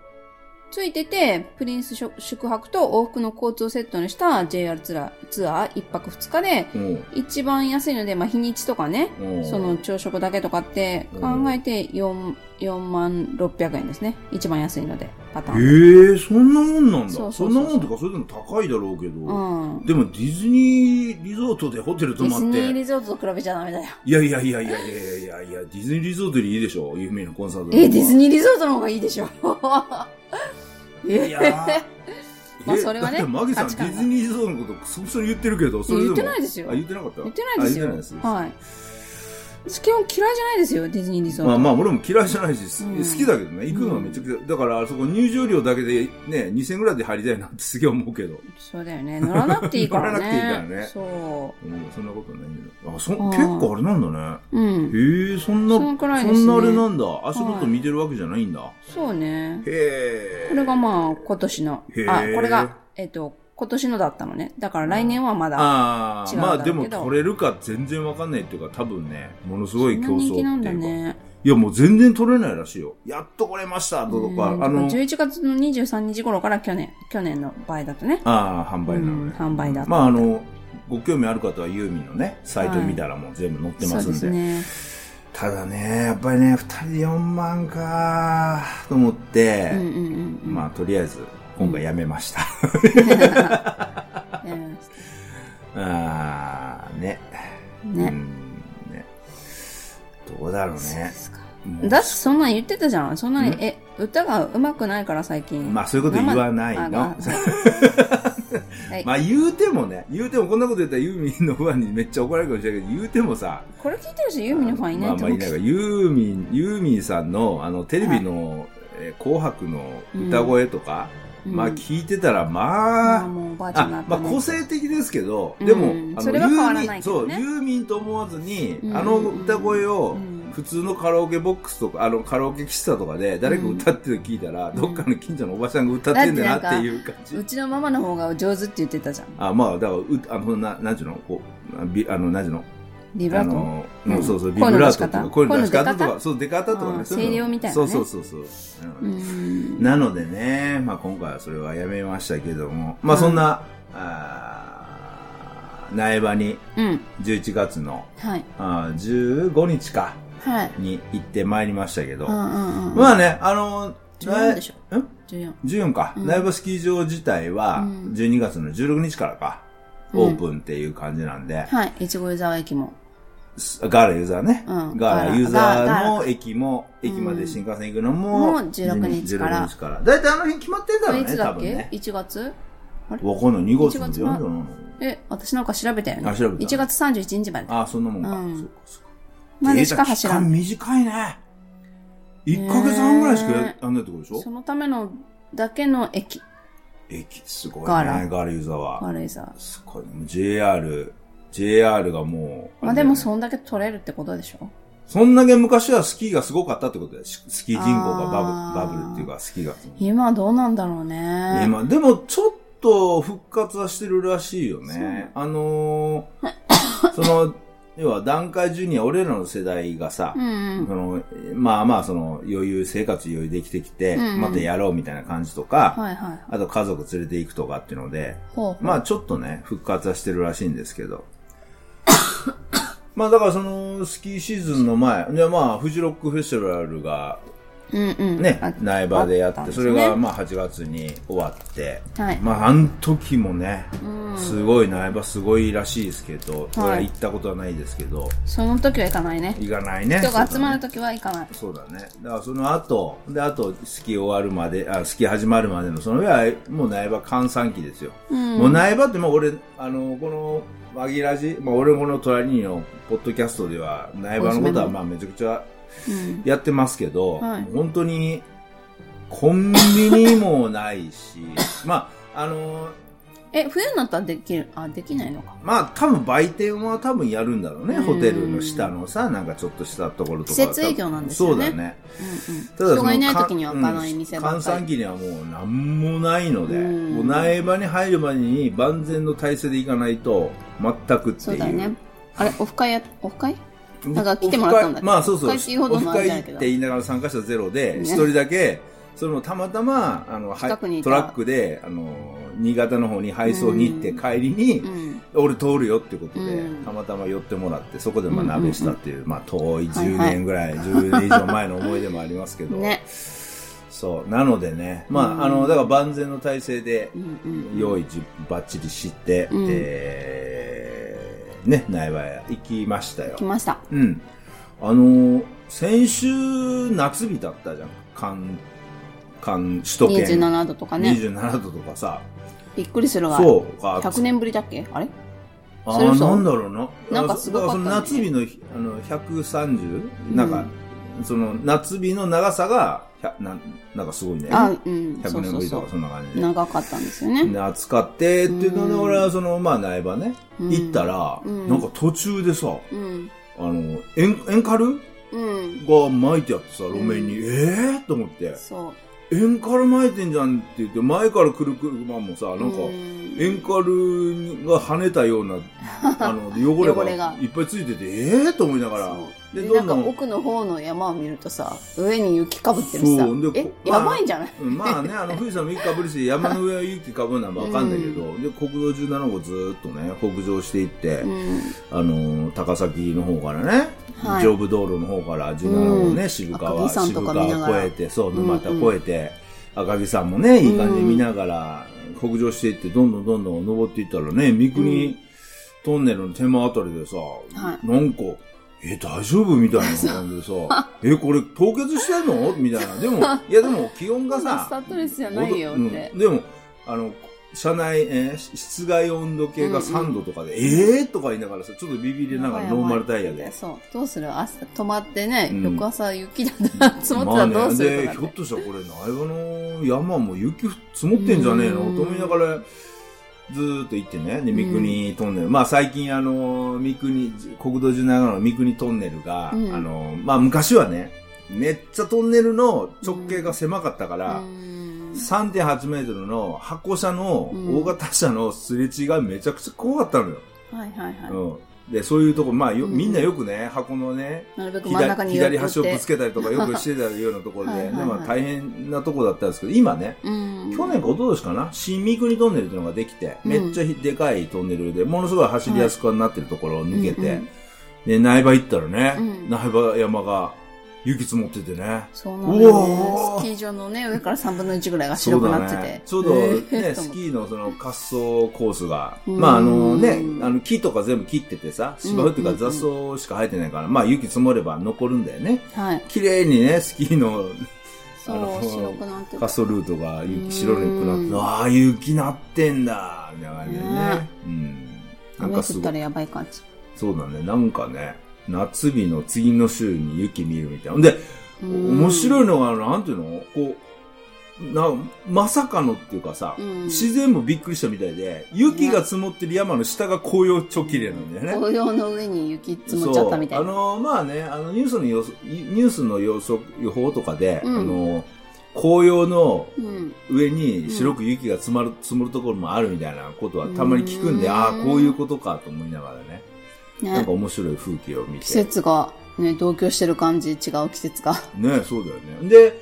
[SPEAKER 1] ついてて、プリンス宿宿泊と往復の交通をセットにした JR ツアー、ツアー1泊2日で、
[SPEAKER 2] うん、
[SPEAKER 1] 一番安いので、まあ、日にちとかね、
[SPEAKER 2] うん
[SPEAKER 1] その朝食だけとかって考えて4、4万600円ですね。一番安いので、パタ
[SPEAKER 2] ええ
[SPEAKER 1] ーン。
[SPEAKER 2] そんなもんなんだ。
[SPEAKER 1] そ
[SPEAKER 2] そ
[SPEAKER 1] そうそうそう
[SPEAKER 2] う
[SPEAKER 1] ん
[SPEAKER 2] なもんとか、それでも高いだろうけど。
[SPEAKER 1] うん。
[SPEAKER 2] でも、ディズニーリゾートでホテル
[SPEAKER 1] デ
[SPEAKER 2] 泊
[SPEAKER 1] ィ
[SPEAKER 2] ま
[SPEAKER 1] ズ
[SPEAKER 2] っ
[SPEAKER 1] ニー
[SPEAKER 2] て。
[SPEAKER 1] リゾートと比べちゃダメだよ。
[SPEAKER 2] いやいやいやいやいやいやいや、ディズニーリゾートよりいいでしょ有名なコンサート
[SPEAKER 1] え、ディズニ
[SPEAKER 2] ニ
[SPEAKER 1] ーリゾートの方がいいでしょ。 え
[SPEAKER 2] いやー
[SPEAKER 1] まあそれはね
[SPEAKER 2] だって、マギさん、
[SPEAKER 1] 価値
[SPEAKER 2] デ
[SPEAKER 1] 観
[SPEAKER 2] ィ
[SPEAKER 1] が
[SPEAKER 2] ズニーリゾートのこと、くそくそに言ってるけど、それで
[SPEAKER 1] 言
[SPEAKER 2] も。
[SPEAKER 1] ってないですよ
[SPEAKER 2] あ、。言ってなかった
[SPEAKER 1] 言ってないです
[SPEAKER 2] あ
[SPEAKER 1] よ。
[SPEAKER 2] 言ってないです
[SPEAKER 1] はい。基本嫌いじゃないですよ、ディズニーリゾート。
[SPEAKER 2] まあまあ、俺も嫌いじゃないし、す
[SPEAKER 1] うん
[SPEAKER 2] 好きだけどね、行くのはめちゃくちゃ、だから、あそこ入場料だけでね、2000ぐらいで入りたいなってすげえ思うけど。
[SPEAKER 1] そうだよね。乗らなくていいからね。
[SPEAKER 2] 乗らなくていいからね
[SPEAKER 1] そ
[SPEAKER 2] うん、そんなことないんだけど。あ、そ、
[SPEAKER 1] ん
[SPEAKER 2] 結構あれなんだね。
[SPEAKER 1] う。うん。
[SPEAKER 2] へえ、そんな、
[SPEAKER 1] そ
[SPEAKER 2] そ
[SPEAKER 1] のくらいですね
[SPEAKER 2] んなあれなんだ。足元見てるわけじゃないんだ。
[SPEAKER 1] そうね。
[SPEAKER 2] へえ。
[SPEAKER 1] これがまあ、今年の
[SPEAKER 2] へ。ー
[SPEAKER 1] あ、これが、えっと、今年のだったのね。だから来年はまだ。
[SPEAKER 2] ああ、
[SPEAKER 1] 違うんだ
[SPEAKER 2] ま
[SPEAKER 1] ろう
[SPEAKER 2] あでも
[SPEAKER 1] けど
[SPEAKER 2] 取れるか全然わかんないっていうか、多分ね、ものすごい競
[SPEAKER 1] そんな
[SPEAKER 2] 争
[SPEAKER 1] 人気な
[SPEAKER 2] っ
[SPEAKER 1] ん
[SPEAKER 2] て
[SPEAKER 1] だ
[SPEAKER 2] いうか。
[SPEAKER 1] ね。
[SPEAKER 2] いや、もう全然取れないらしいよ。やっと来れましたと
[SPEAKER 1] うん
[SPEAKER 2] か、あの、
[SPEAKER 1] 11月の23日頃から去年、去年の場合だとね。
[SPEAKER 2] ああ、販売なの
[SPEAKER 1] うん
[SPEAKER 2] ね。
[SPEAKER 1] 販売だった
[SPEAKER 2] まあ、あの、ご興味ある方はユーミンのね、サイト見たらもう全部載って
[SPEAKER 1] そ
[SPEAKER 2] ま
[SPEAKER 1] う
[SPEAKER 2] す
[SPEAKER 1] で
[SPEAKER 2] んで。
[SPEAKER 1] すね。
[SPEAKER 2] ただね、やっぱりね、二人で4万かと思って、
[SPEAKER 1] うんうんうんうん。
[SPEAKER 2] まあ、とりあえず、今回やめました。
[SPEAKER 1] ね
[SPEAKER 2] ああ、ね。う
[SPEAKER 1] ね。
[SPEAKER 2] ん、ね。どうだろう
[SPEAKER 1] そうで
[SPEAKER 2] ね。
[SPEAKER 1] すか
[SPEAKER 2] もう
[SPEAKER 1] だってそんなん言ってたじゃん。そんなに
[SPEAKER 2] う、ん
[SPEAKER 1] え、歌が上手くないから最近。
[SPEAKER 2] まあ、そういうこと言わない
[SPEAKER 1] あが。
[SPEAKER 2] の
[SPEAKER 1] そうはい
[SPEAKER 2] まあ、言うてもね、言うてもこんなこと言ったらユーミンのファンにめっちゃ怒られるかもしれないけど、言うてもさ、
[SPEAKER 1] これ聞いてる人ユーミンのファンいない
[SPEAKER 2] まあ
[SPEAKER 1] と
[SPEAKER 2] まあ
[SPEAKER 1] 思
[SPEAKER 2] いうな
[SPEAKER 1] け
[SPEAKER 2] い
[SPEAKER 1] ど
[SPEAKER 2] が、ユーミン、ユーミンさんの、あの、テレビの、えー紅白の歌声とか、
[SPEAKER 1] うん
[SPEAKER 2] まあ聞いてたら、
[SPEAKER 1] ま
[SPEAKER 2] ま
[SPEAKER 1] あ
[SPEAKER 2] あ、
[SPEAKER 1] もうおばあちゃんにな
[SPEAKER 2] あ
[SPEAKER 1] っ、
[SPEAKER 2] ま
[SPEAKER 1] た
[SPEAKER 2] あ
[SPEAKER 1] ね
[SPEAKER 2] 個性的ですけど、
[SPEAKER 1] うん
[SPEAKER 2] でも、あ
[SPEAKER 1] それは変わら
[SPEAKER 2] ユーミン
[SPEAKER 1] ないけ
[SPEAKER 2] そ
[SPEAKER 1] ど
[SPEAKER 2] う、
[SPEAKER 1] ね
[SPEAKER 2] ユーミンと思わずに、
[SPEAKER 1] うん
[SPEAKER 2] あの歌声
[SPEAKER 1] う
[SPEAKER 2] を、
[SPEAKER 1] ん
[SPEAKER 2] 普通のカラオケボックスとか、あの、カラオケ喫茶とかで、誰か歌ってるの聞いたら、
[SPEAKER 1] うん
[SPEAKER 2] どっかの近所のおばちゃんが歌ってんだなっていう感じ
[SPEAKER 1] う。ちのママの方が上手って言ってたじゃん。
[SPEAKER 2] あ、まあ、だから、う、あの、な、なんちゅうの、こう、びあの、なんちゅうの、
[SPEAKER 1] リブラ
[SPEAKER 2] あ
[SPEAKER 1] ート
[SPEAKER 2] の、
[SPEAKER 1] うん
[SPEAKER 2] うんそうそう、ビ
[SPEAKER 1] 声の
[SPEAKER 2] ブ
[SPEAKER 1] 出
[SPEAKER 2] ラー
[SPEAKER 1] し
[SPEAKER 2] トと
[SPEAKER 1] 方
[SPEAKER 2] か、声の出し
[SPEAKER 1] 声
[SPEAKER 2] 方
[SPEAKER 1] の
[SPEAKER 2] と
[SPEAKER 1] 出
[SPEAKER 2] か、そう、出方とか
[SPEAKER 1] あー
[SPEAKER 2] ね。そううの
[SPEAKER 1] 声量みたいな
[SPEAKER 2] そ
[SPEAKER 1] ね
[SPEAKER 2] うそうそうそう。
[SPEAKER 1] う
[SPEAKER 2] うん
[SPEAKER 1] ん。
[SPEAKER 2] なのでね、まあ今回はそれはやめましたけども、まあそんな、あ苗場に
[SPEAKER 1] うん。
[SPEAKER 2] 11月の
[SPEAKER 1] はい。
[SPEAKER 2] あー15日か
[SPEAKER 1] はい。
[SPEAKER 2] に行ってまいりましたけど、
[SPEAKER 1] うんうんうん。
[SPEAKER 2] まあね、あの、
[SPEAKER 1] 14でし
[SPEAKER 2] ょん
[SPEAKER 1] 14。
[SPEAKER 2] ?14 か。
[SPEAKER 1] うん
[SPEAKER 2] 苗場スキー場自体は
[SPEAKER 1] うん
[SPEAKER 2] 12月の16日からか、
[SPEAKER 1] うん
[SPEAKER 2] オープンっていう感じなんで、
[SPEAKER 1] はい。越後湯沢駅も。
[SPEAKER 2] すガーラユーザーね。
[SPEAKER 1] うん
[SPEAKER 2] ガー
[SPEAKER 1] ガーラ
[SPEAKER 2] ラユーザ
[SPEAKER 1] ガーラ
[SPEAKER 2] ーの駅も、駅まで新幹線行くの
[SPEAKER 1] もう
[SPEAKER 2] も、
[SPEAKER 1] 16日から
[SPEAKER 2] 16日から。だいたいあの辺決まってん
[SPEAKER 1] こ
[SPEAKER 2] だろ
[SPEAKER 1] れ
[SPEAKER 2] う
[SPEAKER 1] いつ
[SPEAKER 2] ね、
[SPEAKER 1] だ
[SPEAKER 2] 多
[SPEAKER 1] っ
[SPEAKER 2] 分
[SPEAKER 1] け
[SPEAKER 2] ね。
[SPEAKER 1] ?1 月あれ
[SPEAKER 2] わかんない。2月
[SPEAKER 1] 1
[SPEAKER 2] の4
[SPEAKER 1] 月
[SPEAKER 2] じ
[SPEAKER 1] は
[SPEAKER 2] ゃないの
[SPEAKER 1] え、私なんか調べたよね。
[SPEAKER 2] あ調べた
[SPEAKER 1] ?1 月31日まで。
[SPEAKER 2] ああ、そんなもんか。
[SPEAKER 1] うん
[SPEAKER 2] そうかそうか
[SPEAKER 1] までしか
[SPEAKER 2] データ
[SPEAKER 1] 走
[SPEAKER 2] 期
[SPEAKER 1] らん
[SPEAKER 2] 間短いね。1ヶ月半ぐらいしか
[SPEAKER 1] ね
[SPEAKER 2] やんないってことでしょ
[SPEAKER 1] そのためのだけの駅。
[SPEAKER 2] 駅、すごいね。
[SPEAKER 1] ガ
[SPEAKER 2] ガ
[SPEAKER 1] ーラ
[SPEAKER 2] ーラユーザーは。
[SPEAKER 1] 軽井沢。
[SPEAKER 2] すごいね。もう JR、JR がもう。
[SPEAKER 1] まあでも
[SPEAKER 2] そ、
[SPEAKER 1] そんだけ取れるってことでしょ
[SPEAKER 2] そんだけ昔はスキーがすごかったってことだよ。しスキー人口が
[SPEAKER 1] あ
[SPEAKER 2] バ
[SPEAKER 1] ー
[SPEAKER 2] ブバブルっていうか、スキーが。
[SPEAKER 1] 今どうなんだろうね。
[SPEAKER 2] 今、でもちょっと復活はしてるらしいよ
[SPEAKER 1] そうなの
[SPEAKER 2] ね。あのー その、要は段階ジュニア、俺らの世代がさ、
[SPEAKER 1] うんうん。
[SPEAKER 2] そのまあまあその余裕、生活余裕できてきて、
[SPEAKER 1] うんうん
[SPEAKER 2] またやろうみたいな感じとか、
[SPEAKER 1] はいはい。
[SPEAKER 2] あと家族連れて行くとかっていうので、
[SPEAKER 1] ほうほう。
[SPEAKER 2] まあちょっとね、復活はしてるらしいんです けど。まあだからそのスキーシーズンの前、じゃあまあフジロックフェスティバルが
[SPEAKER 1] うんうん。
[SPEAKER 2] ね
[SPEAKER 1] あ、
[SPEAKER 2] 苗場でや
[SPEAKER 1] あ
[SPEAKER 2] っ
[SPEAKER 1] ったん
[SPEAKER 2] て、
[SPEAKER 1] です
[SPEAKER 2] そ
[SPEAKER 1] ね
[SPEAKER 2] れがまあ8月に終わって、
[SPEAKER 1] はい。
[SPEAKER 2] まああの時もね、
[SPEAKER 1] うん。
[SPEAKER 2] すごい苗場すごいらしいですけど、俺は
[SPEAKER 1] はい
[SPEAKER 2] 行ったことはないですけど、
[SPEAKER 1] その時は行かないね。
[SPEAKER 2] 行かないね。
[SPEAKER 1] 人が集まる時は行かない。
[SPEAKER 2] そうだね。だからその後、で、あと、スキー終わるまで、あ、スキー始まるまでの、その上は、もう苗場閑散期ですよ。
[SPEAKER 1] うん。
[SPEAKER 2] もう苗場って、もう俺、あの、この、マギラジ、まあ、俺この隣にの、ポッドキャストでは、苗場のこと
[SPEAKER 1] おすすめ
[SPEAKER 2] は、
[SPEAKER 1] の
[SPEAKER 2] まあ、めちゃくちゃ
[SPEAKER 1] うん。
[SPEAKER 2] やってますけど、
[SPEAKER 1] はい
[SPEAKER 2] 本当に、コンビニもないし、 まあ、あの、
[SPEAKER 1] え、冬になったらできる、あ、できないのか。
[SPEAKER 2] まあ、多分売店は多分やるんだろうね。
[SPEAKER 1] うん
[SPEAKER 2] ホテルの下のさ、なんかちょっとしたところとか。
[SPEAKER 1] 施設営業なんですよね
[SPEAKER 2] そうだね。
[SPEAKER 1] うんうん。
[SPEAKER 2] ただその
[SPEAKER 1] 人がいない時には開かない店ばっか
[SPEAKER 2] うん閑散
[SPEAKER 1] り。
[SPEAKER 2] 期にはもう何もないので、
[SPEAKER 1] うん
[SPEAKER 2] もう苗場に入るまでに万全の体制で行かないと、全くっていう。
[SPEAKER 1] そうだよね。あれ、オフ会や、オフ会
[SPEAKER 2] うん。
[SPEAKER 1] なんか来てもらったんだっけ
[SPEAKER 2] オフ会まあそうそう。
[SPEAKER 1] オフ会っていうほどの
[SPEAKER 2] オ
[SPEAKER 1] あれ
[SPEAKER 2] フ
[SPEAKER 1] じゃな
[SPEAKER 2] 会
[SPEAKER 1] い
[SPEAKER 2] っ
[SPEAKER 1] け
[SPEAKER 2] て
[SPEAKER 1] ど
[SPEAKER 2] 言いながら参加者ゼロで、
[SPEAKER 1] ね
[SPEAKER 2] 一人だけ、それもたまたま、あの、は
[SPEAKER 1] 近くにいた
[SPEAKER 2] トラックで、あの、新潟の方に配送に行って帰りに、
[SPEAKER 1] うん。
[SPEAKER 2] 俺通るよってことで、
[SPEAKER 1] うん
[SPEAKER 2] たまたま寄ってもらって、そこでまあ
[SPEAKER 1] うんうんうん
[SPEAKER 2] 鍋したっていう、まあ遠い
[SPEAKER 1] はい
[SPEAKER 2] 10
[SPEAKER 1] はい
[SPEAKER 2] 年ぐらい、10年以上前の思い出もありますけど、
[SPEAKER 1] ね。
[SPEAKER 2] そう。なのでね、まあ、
[SPEAKER 1] うん
[SPEAKER 2] あの、だから万全の体制で
[SPEAKER 1] う、んうん。
[SPEAKER 2] 用意じばっちりして、
[SPEAKER 1] うん
[SPEAKER 2] えーね、苗場へ行きましたよ
[SPEAKER 1] 来。ました。
[SPEAKER 2] うん。あの、先週夏日だったじゃん。関、関、首都圏。
[SPEAKER 1] 27度とかね。
[SPEAKER 2] 27度とかさ。
[SPEAKER 1] びっくりするわ。
[SPEAKER 2] そうか。
[SPEAKER 1] 100年ぶりだっけあれ
[SPEAKER 2] あ
[SPEAKER 1] それ
[SPEAKER 2] あ、
[SPEAKER 1] こそ
[SPEAKER 2] なんだろうな。
[SPEAKER 1] なんかすごかったんだよね
[SPEAKER 2] だからその夏日の日、あの、130? なんか、その夏日の長さが、ひゃなんなんかすごいね。
[SPEAKER 1] あ、うん。そ
[SPEAKER 2] 100
[SPEAKER 1] うそ
[SPEAKER 2] 年ぶ
[SPEAKER 1] う
[SPEAKER 2] り
[SPEAKER 1] そ
[SPEAKER 2] とか
[SPEAKER 1] う。
[SPEAKER 2] そんな感じで。
[SPEAKER 1] 長かったんですよね。
[SPEAKER 2] で暑かってっていうので、
[SPEAKER 1] うん
[SPEAKER 2] 俺はその、まあ、苗場ね、
[SPEAKER 1] うん
[SPEAKER 2] 行ったら、
[SPEAKER 1] うん
[SPEAKER 2] なんか途中でさ、
[SPEAKER 1] うん。
[SPEAKER 2] あの、エンエンカル
[SPEAKER 1] うん。
[SPEAKER 2] が巻いてあってさ、路面に、
[SPEAKER 1] う
[SPEAKER 2] ええー、と思って、
[SPEAKER 1] そう。
[SPEAKER 2] エンカル巻いてんじゃんって言って、前から来る車もさ、なんか、
[SPEAKER 1] うん
[SPEAKER 2] エンカルが跳ねたよう な、あの、汚れ
[SPEAKER 1] 汚れが
[SPEAKER 2] がいっぱいついてて、ええー、と思いながら、
[SPEAKER 1] そう
[SPEAKER 2] で
[SPEAKER 1] で
[SPEAKER 2] どん
[SPEAKER 1] な
[SPEAKER 2] どん
[SPEAKER 1] んか奥の方の山を見るとさ上に雪かぶってるしさ
[SPEAKER 2] そうで
[SPEAKER 1] え
[SPEAKER 2] こ
[SPEAKER 1] やばいんじゃない、
[SPEAKER 2] うんまあね、あの、富士山も雪かぶるし、山の上は雪かぶるのはわかんないけど、で、国道17号ずーっとね、北上していって、
[SPEAKER 1] うん、
[SPEAKER 2] あの、高崎の方からね、
[SPEAKER 1] はい
[SPEAKER 2] 上武道路の方から17号ね、渋
[SPEAKER 1] 赤城
[SPEAKER 2] 川、
[SPEAKER 1] 山と
[SPEAKER 2] 渋
[SPEAKER 1] か見ながら
[SPEAKER 2] 川越えて、そう、沼田
[SPEAKER 1] うんうん
[SPEAKER 2] 越えて、赤城山もね、いい感じで見ながら、北上していって、どんどんどんどん登っていったらね、三
[SPEAKER 1] う
[SPEAKER 2] 国トンネルの手間あたりでさ、
[SPEAKER 1] い
[SPEAKER 2] なんか、え、大丈夫みたいな感じでさ、え、これ凍結してんのみたいな。でも、いやでも気温が さ、
[SPEAKER 1] そんなスタッドレスじゃないよって
[SPEAKER 2] うんでも、あの、車内、えーし室外温度計が3度とかで、ええー、とか言いながらさ、ちょっとビビりながら
[SPEAKER 1] やばい
[SPEAKER 2] ノーマルタイヤ で。
[SPEAKER 1] そうどうする朝止まってね、
[SPEAKER 2] うん
[SPEAKER 1] 翌朝雪だったら積もってたらどうする
[SPEAKER 2] まあね、で、
[SPEAKER 1] と
[SPEAKER 2] ひ
[SPEAKER 1] か
[SPEAKER 2] ょ
[SPEAKER 1] っ
[SPEAKER 2] ってとしたらこれ、苗場の山も雪積もってんじゃねえのと
[SPEAKER 1] うん
[SPEAKER 2] 思いながら、ずーっと行ってね、で、三国トンネル。まあ最近あの、三国、国道17の三国トンネルが、
[SPEAKER 1] うん
[SPEAKER 2] あの、まあ昔はね、めっちゃトンネルの直径が狭かったから、
[SPEAKER 1] うん
[SPEAKER 2] 3.8メートルの箱車の
[SPEAKER 1] うん
[SPEAKER 2] 大型車のすれ違いめちゃくちゃ怖かったのよ。
[SPEAKER 1] はいはいはい、
[SPEAKER 2] うん。で、そういうとこ、まあよ、
[SPEAKER 1] うん
[SPEAKER 2] みんなよくね、箱のね、
[SPEAKER 1] なるべく真ん中
[SPEAKER 2] 左
[SPEAKER 1] に
[SPEAKER 2] 左端を
[SPEAKER 1] 寄
[SPEAKER 2] ぶ
[SPEAKER 1] っ
[SPEAKER 2] つ
[SPEAKER 1] て
[SPEAKER 2] けたり とかよくしてたようなところで、
[SPEAKER 1] はいはい
[SPEAKER 2] で
[SPEAKER 1] はい
[SPEAKER 2] まあ大変なとこだったんですけど、今ね、
[SPEAKER 1] うん
[SPEAKER 2] 去年か一昨年かな、新三国トンネルというのができて、
[SPEAKER 1] うん
[SPEAKER 2] めっちゃでかいトンネルで、ものすごい走りやすくなってるところを抜けて、
[SPEAKER 1] うんうん
[SPEAKER 2] で、苗場行ったらね、
[SPEAKER 1] うん
[SPEAKER 2] 苗場山が雪積もっててね、
[SPEAKER 1] そうなんだよね
[SPEAKER 2] おー
[SPEAKER 1] スキー場のね上から3分の1ぐらいが白くなってて、
[SPEAKER 2] ちょう
[SPEAKER 1] え
[SPEAKER 2] どね、
[SPEAKER 1] ーと
[SPEAKER 2] ス
[SPEAKER 1] 思って
[SPEAKER 2] キーのその滑走コースが、
[SPEAKER 1] うん
[SPEAKER 2] まああのね、あの木とか全部切っててさ、芝生っていう
[SPEAKER 1] う
[SPEAKER 2] か
[SPEAKER 1] んうんう
[SPEAKER 2] 雑
[SPEAKER 1] ん
[SPEAKER 2] 草しか生えてないから、まあ雪積もれば残るんだよね。
[SPEAKER 1] はい
[SPEAKER 2] 綺麗にね、スキーの
[SPEAKER 1] そ
[SPEAKER 2] あの
[SPEAKER 1] う白くなって
[SPEAKER 2] 滑
[SPEAKER 1] て
[SPEAKER 2] 走ルートが
[SPEAKER 1] う
[SPEAKER 2] 雪
[SPEAKER 1] ん
[SPEAKER 2] 白くなって、ああ、雪なってんだ、みたいな感じでね
[SPEAKER 1] ね。
[SPEAKER 2] うん。なん
[SPEAKER 1] 雨
[SPEAKER 2] か
[SPEAKER 1] 降
[SPEAKER 2] す
[SPEAKER 1] っ
[SPEAKER 2] ご
[SPEAKER 1] た
[SPEAKER 2] い
[SPEAKER 1] ら。やばい感じ
[SPEAKER 2] そうだね、なんかね、夏日の次の週に雪見るみたいな。で、面白
[SPEAKER 1] い、
[SPEAKER 2] いのが、なんていうのこう、な、まさかのっていうかさ、
[SPEAKER 1] うん
[SPEAKER 2] 自然もびっくりしたみたいで、雪が積もってる山の下が紅葉超綺麗なんだよね。
[SPEAKER 1] 紅葉の上に雪積もっちゃったみたい
[SPEAKER 2] そ
[SPEAKER 1] な
[SPEAKER 2] うあのまあねあのニュースの予測ニュースの予測予報とかで、
[SPEAKER 1] うん
[SPEAKER 2] あの紅葉の
[SPEAKER 1] うん
[SPEAKER 2] 上に白く雪が積まる、積もるところもあるみたいなことはたまに聞くんで、
[SPEAKER 1] うん
[SPEAKER 2] ああこういうことかと思いながらねなん
[SPEAKER 1] ね
[SPEAKER 2] か面白い風景を見
[SPEAKER 1] 季
[SPEAKER 2] て
[SPEAKER 1] 節がね同居してる感じ違う季節が
[SPEAKER 2] ねそうだよねで、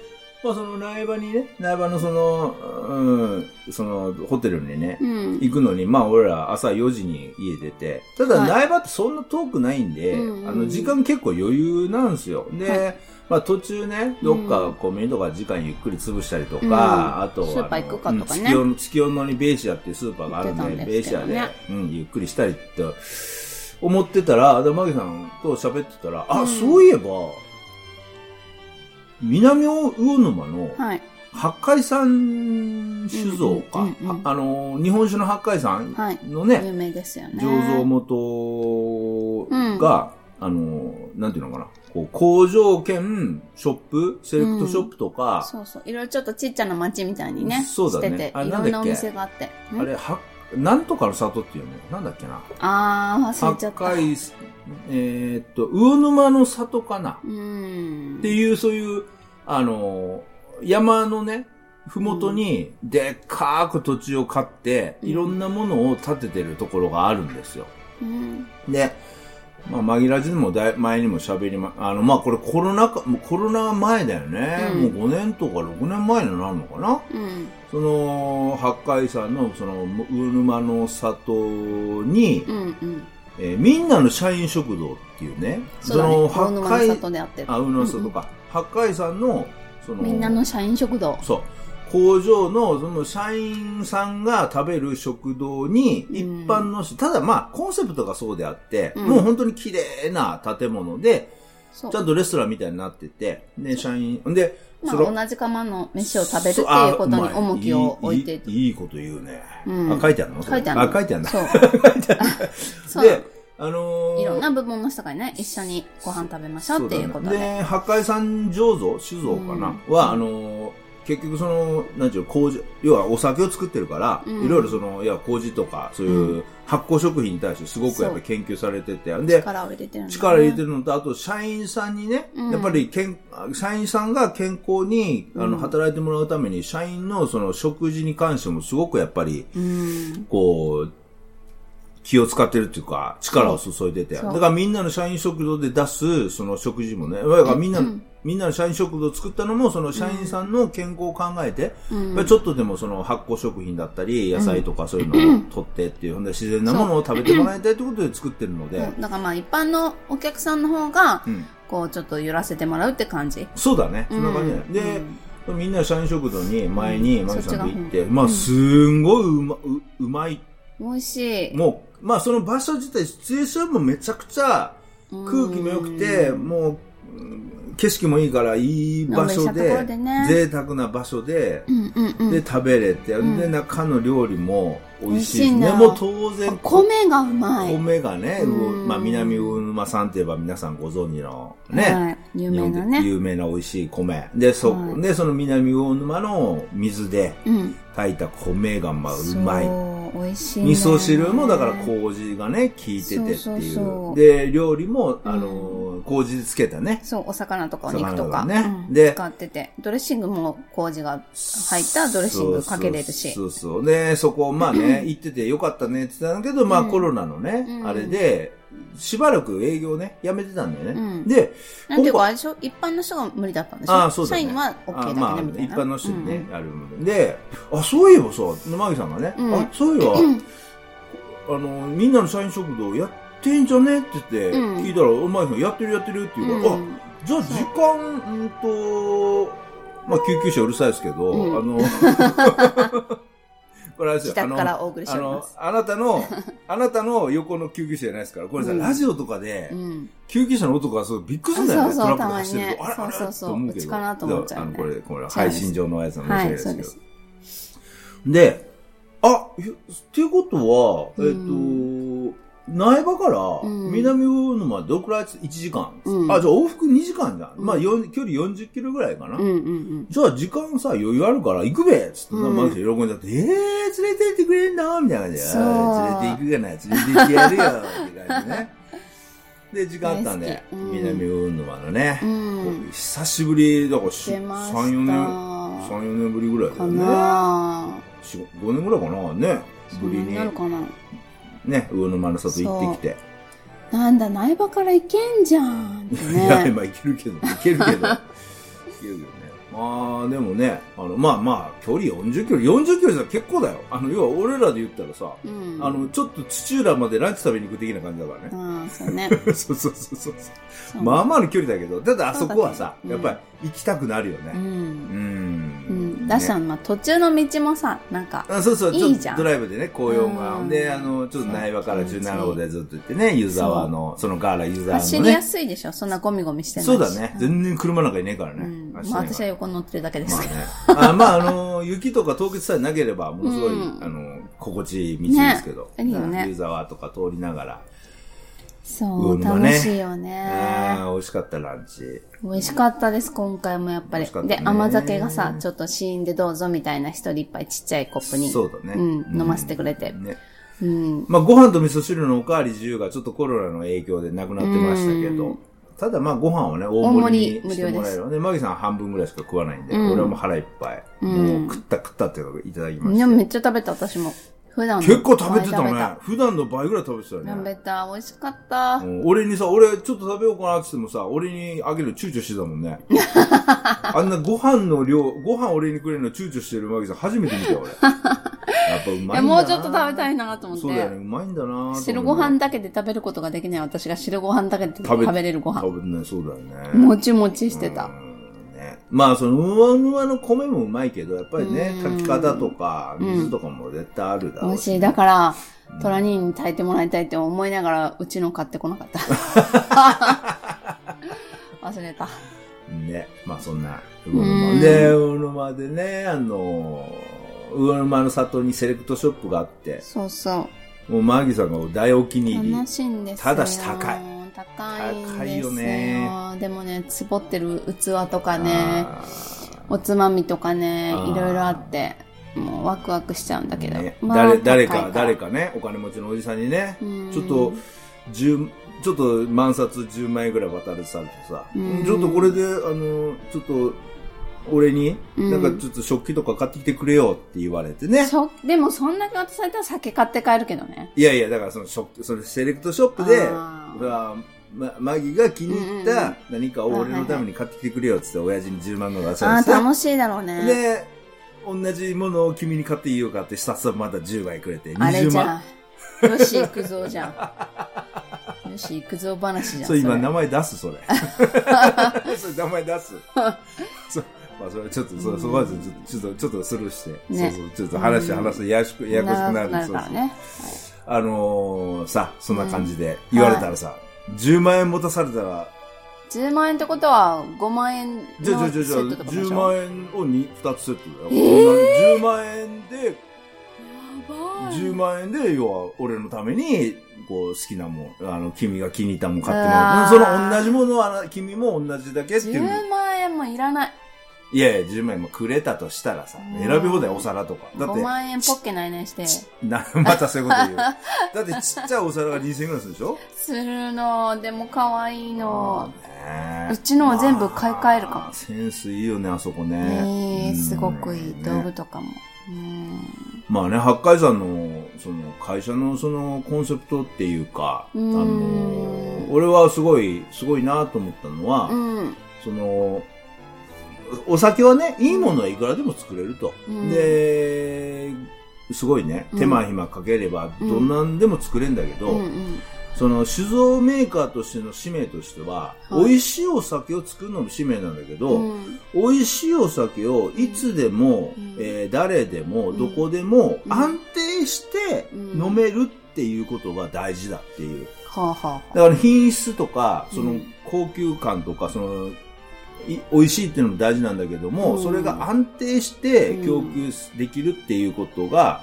[SPEAKER 2] まあ、その苗場にね苗場のその,、うん、そのホテルにね、
[SPEAKER 1] うん
[SPEAKER 2] 行くのに、まあ俺ら朝4時に家出て、ただ
[SPEAKER 1] はい
[SPEAKER 2] 苗場ってそんな遠くないんで、
[SPEAKER 1] うんうん
[SPEAKER 2] あの時間結構余裕なんですよ。で、
[SPEAKER 1] は
[SPEAKER 2] まあ途中ね、どっかコンビニとか時間ゆっくり潰したりとか、
[SPEAKER 1] うん
[SPEAKER 2] あとは、
[SPEAKER 1] スーパー行くかとかね
[SPEAKER 2] あのうん月夜のにベーシアっていうスーパーがあるんで、
[SPEAKER 1] 言ってたん
[SPEAKER 2] ベ
[SPEAKER 1] で
[SPEAKER 2] ー
[SPEAKER 1] す
[SPEAKER 2] シ
[SPEAKER 1] けど
[SPEAKER 2] ア
[SPEAKER 1] ね
[SPEAKER 2] で、うん、ゆっくりしたりって思ってたら、でマギさんと喋ってたら、あ、
[SPEAKER 1] うん
[SPEAKER 2] そういえば、南魚沼の、
[SPEAKER 1] はい
[SPEAKER 2] 八海山酒造か、
[SPEAKER 1] うんうんうんうん
[SPEAKER 2] ああの日本酒の八海山
[SPEAKER 1] はい
[SPEAKER 2] のね、
[SPEAKER 1] 有名ですよね
[SPEAKER 2] 醸造元が、あのなんていうのかなこう工場兼ショップセレクトショップとか、
[SPEAKER 1] そうそういろいろちょっとちっちゃな町みたいにね
[SPEAKER 2] そうだね
[SPEAKER 1] してて
[SPEAKER 2] あ
[SPEAKER 1] い
[SPEAKER 2] な
[SPEAKER 1] ろ
[SPEAKER 2] んだっけ
[SPEAKER 1] んなお店があってん
[SPEAKER 2] あれはなんとかの里っていうのなんだっけな
[SPEAKER 1] あー忘れちゃ
[SPEAKER 2] 八
[SPEAKER 1] った
[SPEAKER 2] 海えーっと魚沼の里かな、
[SPEAKER 1] うん
[SPEAKER 2] っていう、そういう、あのー山のね、ふもとに、でっかーく土地を買って、
[SPEAKER 1] うん
[SPEAKER 2] いろんなものを建ててるところがあるんですよ。
[SPEAKER 1] うん
[SPEAKER 2] で、まあ、紛らじでもだい前にも喋りま、あの、まあ、これコロナ禍、もうコロナ前だよね。
[SPEAKER 1] うん
[SPEAKER 2] もう5年とか6年前になるのかな
[SPEAKER 1] うん
[SPEAKER 2] その、八海山の、その、魚沼の里に、
[SPEAKER 1] うんうん
[SPEAKER 2] えーみんなの社員食堂っていうね、
[SPEAKER 1] そうだね
[SPEAKER 2] の、
[SPEAKER 1] 魚沼の里であってる
[SPEAKER 2] あ、うの里か。八海山の、その、
[SPEAKER 1] みんなの社員食堂
[SPEAKER 2] そう。工場の、その、社員さんが食べる食堂に、
[SPEAKER 1] うん
[SPEAKER 2] 一般の人、ただまあ、コンセプトがそうであって、
[SPEAKER 1] うん
[SPEAKER 2] もう本当に綺麗な建物で、
[SPEAKER 1] そう
[SPEAKER 2] ちゃんとレストランみたいになってて、ね、社員、んで、
[SPEAKER 1] まあ、
[SPEAKER 2] の
[SPEAKER 1] 同じ釜の飯を食べるっていうことに重きを置いて
[SPEAKER 2] いいいいこと言うね。
[SPEAKER 1] うん
[SPEAKER 2] あ、書いてあるのそれ
[SPEAKER 1] 書いてあるの
[SPEAKER 2] あ、 書いてあるんだ。
[SPEAKER 1] そうそう
[SPEAKER 2] で、あのー
[SPEAKER 1] いろんな部門の人がね一緒にご飯食べましょうっていうこと
[SPEAKER 2] そ
[SPEAKER 1] で
[SPEAKER 2] だねで、八海山醸造酒造かな、は、あのー結局その、なんていうの麹、要はお酒を作ってるから、
[SPEAKER 1] うん
[SPEAKER 2] いろいろその、いや、麹とか、そういうう発酵食品に対してすごくやっぱり研究されてて、で、
[SPEAKER 1] 力を入れてるんだね
[SPEAKER 2] 力入れてるのと、あと、社員さんにね、
[SPEAKER 1] うん
[SPEAKER 2] やっぱりけん、社員さんが健康に、あ
[SPEAKER 1] う
[SPEAKER 2] の、
[SPEAKER 1] ん
[SPEAKER 2] 働いてもらうために、社員のその、食事に関してもすごくやっぱり、
[SPEAKER 1] うん
[SPEAKER 2] こう、気を使ってるっていうか、力を注いでて。だ
[SPEAKER 1] そう
[SPEAKER 2] からみんなの社員食堂で出す、その食事もね、だからみんな、
[SPEAKER 1] うん
[SPEAKER 2] みんなの社員食堂を作ったのも、その社員さんの健康を考えて、
[SPEAKER 1] うん
[SPEAKER 2] やっぱりちょっとでもその発酵食品だったり、野菜とかそういうのを取ってっていう、ほんで自然なものを食べてもらいたいということで作ってるので、
[SPEAKER 1] そうだからまあ一般のお客さんの方が
[SPEAKER 2] うん。
[SPEAKER 1] こうちょっと寄らせてもらうって感じ
[SPEAKER 2] そうだね。そんな感じだね
[SPEAKER 1] うん
[SPEAKER 2] で、みんな社員食堂に前に、
[SPEAKER 1] うん
[SPEAKER 2] マギさんと行っ
[SPEAKER 1] そ
[SPEAKER 2] て、
[SPEAKER 1] っちがうん
[SPEAKER 2] まあ、すんごいうま、ううまい。
[SPEAKER 1] 美味しい
[SPEAKER 2] もう、まあ、その場所自体、シチュエーションもめちゃくちゃ、空気も良くて、
[SPEAKER 1] うん
[SPEAKER 2] もううん、景色もいいから、いい場所
[SPEAKER 1] のんびりしたとこ
[SPEAKER 2] で
[SPEAKER 1] ろで、ね
[SPEAKER 2] 贅沢な場所で
[SPEAKER 1] う、んうんうん
[SPEAKER 2] で、食べれて、
[SPEAKER 1] ん
[SPEAKER 2] で、中の料理も美味しいし
[SPEAKER 1] 美味しい
[SPEAKER 2] ね。
[SPEAKER 1] な
[SPEAKER 2] もう当然、
[SPEAKER 1] 米がうまい
[SPEAKER 2] 米がね、
[SPEAKER 1] うん
[SPEAKER 2] うまあ、南魚沼さんといえば皆さんご存知の
[SPEAKER 1] は
[SPEAKER 2] ね、
[SPEAKER 1] い、有
[SPEAKER 2] 日
[SPEAKER 1] 名
[SPEAKER 2] 本で
[SPEAKER 1] なね
[SPEAKER 2] 有名な美味しい米。で、そ
[SPEAKER 1] は、い
[SPEAKER 2] で、その南魚沼の水で
[SPEAKER 1] うん
[SPEAKER 2] 炊いた米がまあ、うまい。
[SPEAKER 1] そう美味しい、ね、
[SPEAKER 2] 味噌汁もだから麹がね、効いててっていう。
[SPEAKER 1] そうそうそう
[SPEAKER 2] で、料理も、あの、麹でつけたね。
[SPEAKER 1] そうお魚とかお肉とか、
[SPEAKER 2] 魚とかね
[SPEAKER 1] うん
[SPEAKER 2] で
[SPEAKER 1] 使っててドレッシングも麹が入ったドレッシングかけれるし
[SPEAKER 2] そうそうそうそ う。で、そこ、まあね、行っててよかったねって言ってたんだけど、まあ
[SPEAKER 1] うん
[SPEAKER 2] コロナのね、
[SPEAKER 1] うん
[SPEAKER 2] あれで、しばらく営業ね、やめてたんだよね。
[SPEAKER 1] うん
[SPEAKER 2] で、
[SPEAKER 1] なんていう
[SPEAKER 2] ここ
[SPEAKER 1] か、あれでしょ一般の人が無理だったんでしょ
[SPEAKER 2] ああそうだね
[SPEAKER 1] 社員は OK だ
[SPEAKER 2] ま
[SPEAKER 1] け
[SPEAKER 2] あ、
[SPEAKER 1] ね、みたい
[SPEAKER 2] 一
[SPEAKER 1] な。
[SPEAKER 2] 般の人にね、あるもので、あ、そういえばさ、マギさんがね、
[SPEAKER 1] うん
[SPEAKER 2] あ、そういえば、
[SPEAKER 1] うん。うん。
[SPEAKER 2] あの、みんなの社員食堂やってんじゃねって言って、
[SPEAKER 1] うん
[SPEAKER 2] 聞いたら、お前さんやってるやってるっていうから、
[SPEAKER 1] うん
[SPEAKER 2] あ、じゃあ時間、うんと、まあ救急車うるさいですけど、
[SPEAKER 1] うん
[SPEAKER 2] あの、 これあれです
[SPEAKER 1] 自
[SPEAKER 2] よ、
[SPEAKER 1] 宅
[SPEAKER 2] あの
[SPEAKER 1] からお送りし
[SPEAKER 2] あ
[SPEAKER 1] ており
[SPEAKER 2] の
[SPEAKER 1] ま、す。
[SPEAKER 2] あなたの、あなたの横の救急車じゃないですから、これさ、
[SPEAKER 1] うん
[SPEAKER 2] ラジオとかで
[SPEAKER 1] う、ん。
[SPEAKER 2] 救急車の音がすごいびっくりするんだよ
[SPEAKER 1] あ
[SPEAKER 2] ね、
[SPEAKER 1] そうそう
[SPEAKER 2] トラックが走ってると。
[SPEAKER 1] たま
[SPEAKER 2] あ
[SPEAKER 1] にね
[SPEAKER 2] れあれ
[SPEAKER 1] そうそうそう
[SPEAKER 2] と思うけど
[SPEAKER 1] うちかなと思っちゃうね
[SPEAKER 2] だからあのこれ、これ、配信上のやつなんで申し
[SPEAKER 1] は
[SPEAKER 2] 訳ない
[SPEAKER 1] い、
[SPEAKER 2] です
[SPEAKER 1] そうです。。
[SPEAKER 2] けどで、あ、ひっていうことは、えっ、
[SPEAKER 1] う
[SPEAKER 2] と、苗場から
[SPEAKER 1] うん
[SPEAKER 2] 南魚沼どれくらい ?1 時間、
[SPEAKER 1] うん
[SPEAKER 2] あ、じゃあ往復2時間じゃん。
[SPEAKER 1] うん
[SPEAKER 2] まあ、よん距離40キロぐらいかな。
[SPEAKER 1] うんうん
[SPEAKER 2] じゃあ時間さ、余裕あるから行くべつって、
[SPEAKER 1] うん
[SPEAKER 2] マギさん喜んじゃって、えー、連れて行ってくれんだみたいな感じで、
[SPEAKER 1] そう
[SPEAKER 2] あー連れて行くがな、連れて行ってやるよって感じでね。で、時間あったんで
[SPEAKER 1] 大、好きうん
[SPEAKER 2] 南魚沼のね
[SPEAKER 1] う、ん。うん。
[SPEAKER 2] 久しぶり、だからし
[SPEAKER 1] 出ま
[SPEAKER 2] 3、
[SPEAKER 1] し
[SPEAKER 2] 4年、
[SPEAKER 1] た。
[SPEAKER 2] 3、4年ぶりぐらいだ
[SPEAKER 1] か
[SPEAKER 2] よね。
[SPEAKER 1] な
[SPEAKER 2] 4 5年ぐらいかなね
[SPEAKER 1] そ
[SPEAKER 2] ぶ
[SPEAKER 1] ん
[SPEAKER 2] り
[SPEAKER 1] なに
[SPEAKER 2] に
[SPEAKER 1] なるかな
[SPEAKER 2] ね魚沼の里行ってきて、
[SPEAKER 1] なんだ、苗場から行けんじゃんって
[SPEAKER 2] いや
[SPEAKER 1] ね。
[SPEAKER 2] 今行けるけど行けるけど行けるけどねまあでもねあのまあまあ距離40キロ40キロじゃ結構だよあの要は俺らで言ったらさ、
[SPEAKER 1] うん。
[SPEAKER 2] あのちょっと土浦までランチ食べに行く的な感じだからね、
[SPEAKER 1] ああ、そうね。
[SPEAKER 2] そうそうそうそう
[SPEAKER 1] そう
[SPEAKER 2] まあまあの距離だけどただあそこはさ、
[SPEAKER 1] そうだ
[SPEAKER 2] やっ
[SPEAKER 1] ね
[SPEAKER 2] ぱり行きたくなるよ
[SPEAKER 1] う。
[SPEAKER 2] ねうんん
[SPEAKER 1] うん。だしさ、
[SPEAKER 2] ね
[SPEAKER 1] ん、まあ途中の道もさ、なんか、
[SPEAKER 2] あそうそう、ち
[SPEAKER 1] い
[SPEAKER 2] ょ
[SPEAKER 1] い
[SPEAKER 2] っ
[SPEAKER 1] じゃん
[SPEAKER 2] とドライブでね、紅葉
[SPEAKER 1] う
[SPEAKER 2] が。
[SPEAKER 1] ん
[SPEAKER 2] で、あの、ちょっと苗場から
[SPEAKER 1] そう
[SPEAKER 2] 17号でずっと行ってね、湯沢の、そのガーラ湯沢
[SPEAKER 1] 走
[SPEAKER 2] の
[SPEAKER 1] りや
[SPEAKER 2] ね。
[SPEAKER 1] すいでしょそんなゴミゴミしてないし。
[SPEAKER 2] そうだね。
[SPEAKER 1] 然。
[SPEAKER 2] 全然車なんかいねえから
[SPEAKER 1] う
[SPEAKER 2] ね。
[SPEAKER 1] ん。まあ
[SPEAKER 2] 走りながら
[SPEAKER 1] 私は横乗ってるだけですけど。
[SPEAKER 2] まあね。あまあ、あの、雪とか凍結さえなければ、ものすごい、
[SPEAKER 1] うん
[SPEAKER 2] あの、心地いい道ですけど。
[SPEAKER 1] ねいいよね
[SPEAKER 2] 湯沢とか通りながら。
[SPEAKER 1] そうう、
[SPEAKER 2] んまあ
[SPEAKER 1] 楽
[SPEAKER 2] ね
[SPEAKER 1] しいよね。
[SPEAKER 2] ああ、美味しかったランチ。
[SPEAKER 1] 美味しかったです、今回もやっぱ
[SPEAKER 2] 美
[SPEAKER 1] り
[SPEAKER 2] 味しかっ。たね
[SPEAKER 1] で、甘酒がさ、ちょっと試飲でどうぞみたいな一人一杯ちっちゃいコップに。
[SPEAKER 2] そうだね。
[SPEAKER 1] うん、飲ませてくれて。
[SPEAKER 2] ね。
[SPEAKER 1] うん。
[SPEAKER 2] まあ、ご飯と味噌汁のおかわり自由がちょっとコロナの影響でなくなってましたけ
[SPEAKER 1] う
[SPEAKER 2] ど
[SPEAKER 1] ん、
[SPEAKER 2] ただまあ、ご飯をね、
[SPEAKER 1] 大
[SPEAKER 2] 大盛り
[SPEAKER 1] 盛り
[SPEAKER 2] にしてもらえるので、マギさんは半分ぐらいしか食わないんで、
[SPEAKER 1] うん
[SPEAKER 2] 俺はもう腹いっぱい。
[SPEAKER 1] うん
[SPEAKER 2] もう食った食ったっていうのをいただきま
[SPEAKER 1] いや、
[SPEAKER 2] し
[SPEAKER 1] め
[SPEAKER 2] て。
[SPEAKER 1] っちゃ食べた、私も。普段の
[SPEAKER 2] 結構食べてた
[SPEAKER 1] 倍
[SPEAKER 2] ね。普段の倍ぐらい食べてたよ
[SPEAKER 1] 食べ
[SPEAKER 2] ね。
[SPEAKER 1] た、美味しかった
[SPEAKER 2] う。ん俺にさ、俺ちょっと食べようかなって言ってもさ、俺にあげるの躊躇してたも んね。あんなご飯の量、ご飯俺にくれるの躊躇してるマギさん初めて見たよ、俺。やっぱうまいんだ
[SPEAKER 1] え、
[SPEAKER 2] な。
[SPEAKER 1] もうちょっと食べたいなと思っ
[SPEAKER 2] そうだよね、
[SPEAKER 1] て。
[SPEAKER 2] うまいんだなと思って
[SPEAKER 1] 白ご飯だけで食べることができない私が白ご飯だけで
[SPEAKER 2] 食べ
[SPEAKER 1] 食べれるご飯。
[SPEAKER 2] 多分ね、そうだよね。
[SPEAKER 1] もちもちしてた。
[SPEAKER 2] うんね、まあ、その、うわうわの米もうまいけど、やっぱりね
[SPEAKER 1] う、ん
[SPEAKER 2] 炊き方とか、
[SPEAKER 1] うん
[SPEAKER 2] 水とかも絶対ある
[SPEAKER 1] 美
[SPEAKER 2] だろう
[SPEAKER 1] 味しい。だから、
[SPEAKER 2] うん
[SPEAKER 1] トラ兄に炊いてもらいたいって思いながら、うちの買ってこなか った。忘れた。
[SPEAKER 2] ね。まあ、そんな、魚
[SPEAKER 1] うん
[SPEAKER 2] 沼。で、魚沼でね、あの、魚沼の里にセレクトショップがあって、
[SPEAKER 1] そうそ
[SPEAKER 2] もう、マーギさんが大お気
[SPEAKER 1] う。
[SPEAKER 2] に入り
[SPEAKER 1] 楽。しいんですよ。
[SPEAKER 2] ただし高い。
[SPEAKER 1] 高いんですよ。
[SPEAKER 2] 高いよね
[SPEAKER 1] でもね、つぼってる器とかね、
[SPEAKER 2] あー
[SPEAKER 1] おつまみとかね、い
[SPEAKER 2] あー
[SPEAKER 1] ろいろあって、もうワクワクしちゃうんだけど。
[SPEAKER 2] ね
[SPEAKER 1] まあ
[SPEAKER 2] 誰誰
[SPEAKER 1] 高い
[SPEAKER 2] か、誰かね、お金持ちのおじさんにね、
[SPEAKER 1] うん
[SPEAKER 2] ちょっと、10ちょっと万冊10枚ぐらい渡るされてさ、
[SPEAKER 1] うん
[SPEAKER 2] ちょっとこれで、あの、ちょっと、俺に、
[SPEAKER 1] うん
[SPEAKER 2] なんかちょっと食器とか買ってきてくれよって言われてね。
[SPEAKER 1] そでもそんだけ渡されたら酒買って帰るけどね。
[SPEAKER 2] いやいや、だからその食器、それセレクトショップで、
[SPEAKER 1] あー
[SPEAKER 2] 俺はま、マギが気に入っ
[SPEAKER 1] うんうんう
[SPEAKER 2] た
[SPEAKER 1] ん
[SPEAKER 2] 何かを俺のために買ってきてくれよってって、親父に10万ぐらい渡さ
[SPEAKER 1] あ
[SPEAKER 2] れ
[SPEAKER 1] あ
[SPEAKER 2] てさ
[SPEAKER 1] 楽しいだろうね。
[SPEAKER 2] で、同じものを君に買っていいよかって、さっさまた10枚くれて、
[SPEAKER 1] あれ
[SPEAKER 2] 20
[SPEAKER 1] じ
[SPEAKER 2] 万。
[SPEAKER 1] ゃん。よし行くぞじゃん。よし行くぞ話じゃん。
[SPEAKER 2] そう、今
[SPEAKER 1] れ
[SPEAKER 2] 名前出す、それ。 それ名前 出す。そうまあ、それちょっと、そ
[SPEAKER 1] うん
[SPEAKER 2] そこはちょっと、ちょっと、ちょっとスルーして。
[SPEAKER 1] ね
[SPEAKER 2] そうそう、ちょっと話、
[SPEAKER 1] うん
[SPEAKER 2] 話す、ややしく、ややこしくな
[SPEAKER 1] 長
[SPEAKER 2] る
[SPEAKER 1] くなる
[SPEAKER 2] そう
[SPEAKER 1] からね。
[SPEAKER 2] そうあのー、さ、そんな感じで言われたらさ、10万円持たされたら、
[SPEAKER 1] 10万円ってことは5万円のセ
[SPEAKER 2] じゃあじゃあじゃあじゃあ
[SPEAKER 1] ットとかでしょ
[SPEAKER 2] 10
[SPEAKER 1] や
[SPEAKER 2] 万円を 2, 2つセットだよ。
[SPEAKER 1] え
[SPEAKER 2] 10万円で、
[SPEAKER 1] ばい。
[SPEAKER 2] 10万円で、要は、俺のために、こう、好きなもん、あの、君が気に入ったもん買ってもらう。
[SPEAKER 1] う
[SPEAKER 2] そ
[SPEAKER 1] わー
[SPEAKER 2] の同じものは、あの君も同じだけっていうの。
[SPEAKER 1] 10万円もいらない。
[SPEAKER 2] いやいや、10万円もくれたとしたらさ、
[SPEAKER 1] うん
[SPEAKER 2] 選び放題お皿とか。だっ
[SPEAKER 1] 5万円ポッケないないして。
[SPEAKER 2] て、な、またそういうこと言う。 だってちっちゃいお皿が2000円ぐらいするでしょ
[SPEAKER 1] するの、でも可愛いの。
[SPEAKER 2] あーね
[SPEAKER 1] うちのを全部買い替えるかも
[SPEAKER 2] まあセンスいいよね、あそこね。
[SPEAKER 1] ねえ、すごくいい。
[SPEAKER 2] うん
[SPEAKER 1] 道具
[SPEAKER 2] ね
[SPEAKER 1] とかも。うん
[SPEAKER 2] まあね、八海山の、その、会社のその、コンセプトっていうか、あ
[SPEAKER 1] うーん
[SPEAKER 2] の、俺はすごい、すごいなと思ったのは、
[SPEAKER 1] うん。
[SPEAKER 2] その、お酒はね、いいものはいくらでも作れると。
[SPEAKER 1] うん
[SPEAKER 2] で、すごいね、手間暇かければ、どんなんでも作れんだけど、
[SPEAKER 1] うんうん。
[SPEAKER 2] その酒造メーカーとしての使命としては、
[SPEAKER 1] はい
[SPEAKER 2] 美味しいお酒を作るのも使命なんだけど、
[SPEAKER 1] うん
[SPEAKER 2] 美味しいお酒をいつでも、
[SPEAKER 1] うん
[SPEAKER 2] えー誰でも
[SPEAKER 1] うん
[SPEAKER 2] どこでも
[SPEAKER 1] うん
[SPEAKER 2] 安定して
[SPEAKER 1] うん
[SPEAKER 2] 飲めるっていうことが大事だっていう。
[SPEAKER 1] はあはあはあ。
[SPEAKER 2] だから品質とか、そうの
[SPEAKER 1] ん
[SPEAKER 2] 高級感とか、その、い美味しいっていうのも大事なんだけども、
[SPEAKER 1] うん
[SPEAKER 2] それが安定して供
[SPEAKER 1] うん
[SPEAKER 2] 給できるっていうことが、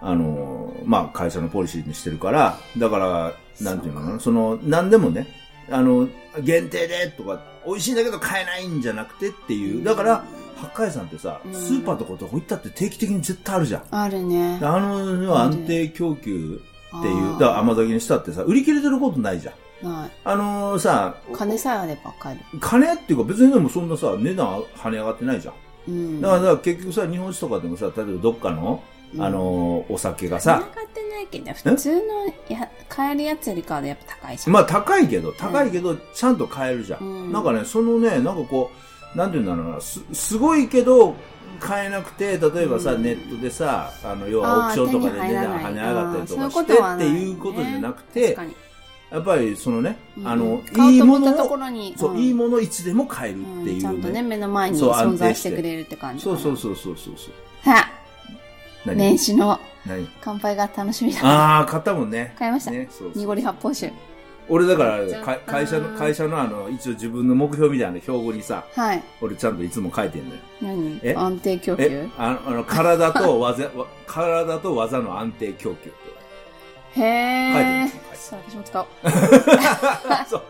[SPEAKER 2] あのー、まあ、会社のポリシーにしてるから、だから、なんていうのか
[SPEAKER 1] そう
[SPEAKER 2] な、その、何でもね、あの、限定でとか、美味しいんだけど買えないんじゃなくてっていう、だから、、八海山ってさ
[SPEAKER 1] う、ん
[SPEAKER 2] スーパーとかどこ行ったって定期的に絶対あるじゃん。
[SPEAKER 1] あるね。
[SPEAKER 2] あの、安定供給っていう、だから甘
[SPEAKER 1] だ。
[SPEAKER 2] 酒にしたってさ、売り切れてることないじゃん。
[SPEAKER 1] ない。
[SPEAKER 2] あのーさ、
[SPEAKER 1] 金さえあれば買える。
[SPEAKER 2] 金っていうか別にでもそんなさ、値段跳ね上がってないじゃん。
[SPEAKER 1] うん。
[SPEAKER 2] だからだから結局さ、日本酒とかでもさ、例えばどっかの、
[SPEAKER 1] うん
[SPEAKER 2] あのーお酒が
[SPEAKER 1] さ
[SPEAKER 2] さ、
[SPEAKER 1] 上がってないけど、普通のや買えるやつよりかはやっぱ高いじゃん。
[SPEAKER 2] まあ高いけど、高いけど、ちゃんと買えるじゃん。
[SPEAKER 1] うん
[SPEAKER 2] なんかね、そのね、なんかこう、なんていうんだろうな、す、すごいけど、買えなくて、例えばさ、
[SPEAKER 1] うん
[SPEAKER 2] ネットでさ、あの、要はオークションとかで値段跳ね上がったりとかしてっていうことじゃなくて、
[SPEAKER 1] 確かに
[SPEAKER 2] やっぱりそのね、あの、
[SPEAKER 1] うん
[SPEAKER 2] いい
[SPEAKER 1] 買おうと思っ
[SPEAKER 2] も
[SPEAKER 1] た
[SPEAKER 2] の
[SPEAKER 1] とこ
[SPEAKER 2] を、
[SPEAKER 1] ろに、
[SPEAKER 2] そう、
[SPEAKER 1] ん
[SPEAKER 2] いいものをいつでも買えるって
[SPEAKER 1] うん
[SPEAKER 2] いうね。
[SPEAKER 1] ちゃんとね、目の前に
[SPEAKER 2] そう安定
[SPEAKER 1] 存在し
[SPEAKER 2] して
[SPEAKER 1] てくれるって感じか
[SPEAKER 2] そ
[SPEAKER 1] な。
[SPEAKER 2] うそうそうそうそうそう。
[SPEAKER 1] さあ、
[SPEAKER 2] 何
[SPEAKER 1] 年始の
[SPEAKER 2] 何
[SPEAKER 1] 乾杯が楽しみだ。
[SPEAKER 2] ああ、買ったもんね。
[SPEAKER 1] 買いました。
[SPEAKER 2] ね、そうそう
[SPEAKER 1] 濁り発泡酒。
[SPEAKER 2] 俺だから
[SPEAKER 1] 買っちゃった
[SPEAKER 2] か会社の、会社のあの、一応自分の目標みたいな標語にさ、
[SPEAKER 1] はい。
[SPEAKER 2] 俺ちゃんといつも書いてんだよ。
[SPEAKER 1] 何
[SPEAKER 2] え
[SPEAKER 1] 安定供
[SPEAKER 2] え
[SPEAKER 1] 給
[SPEAKER 2] あの、あの体と技、 わ体と技の安定供 給って。
[SPEAKER 1] へえ
[SPEAKER 2] 書いてる。書いてる
[SPEAKER 1] そう、私も使おう。
[SPEAKER 2] そう。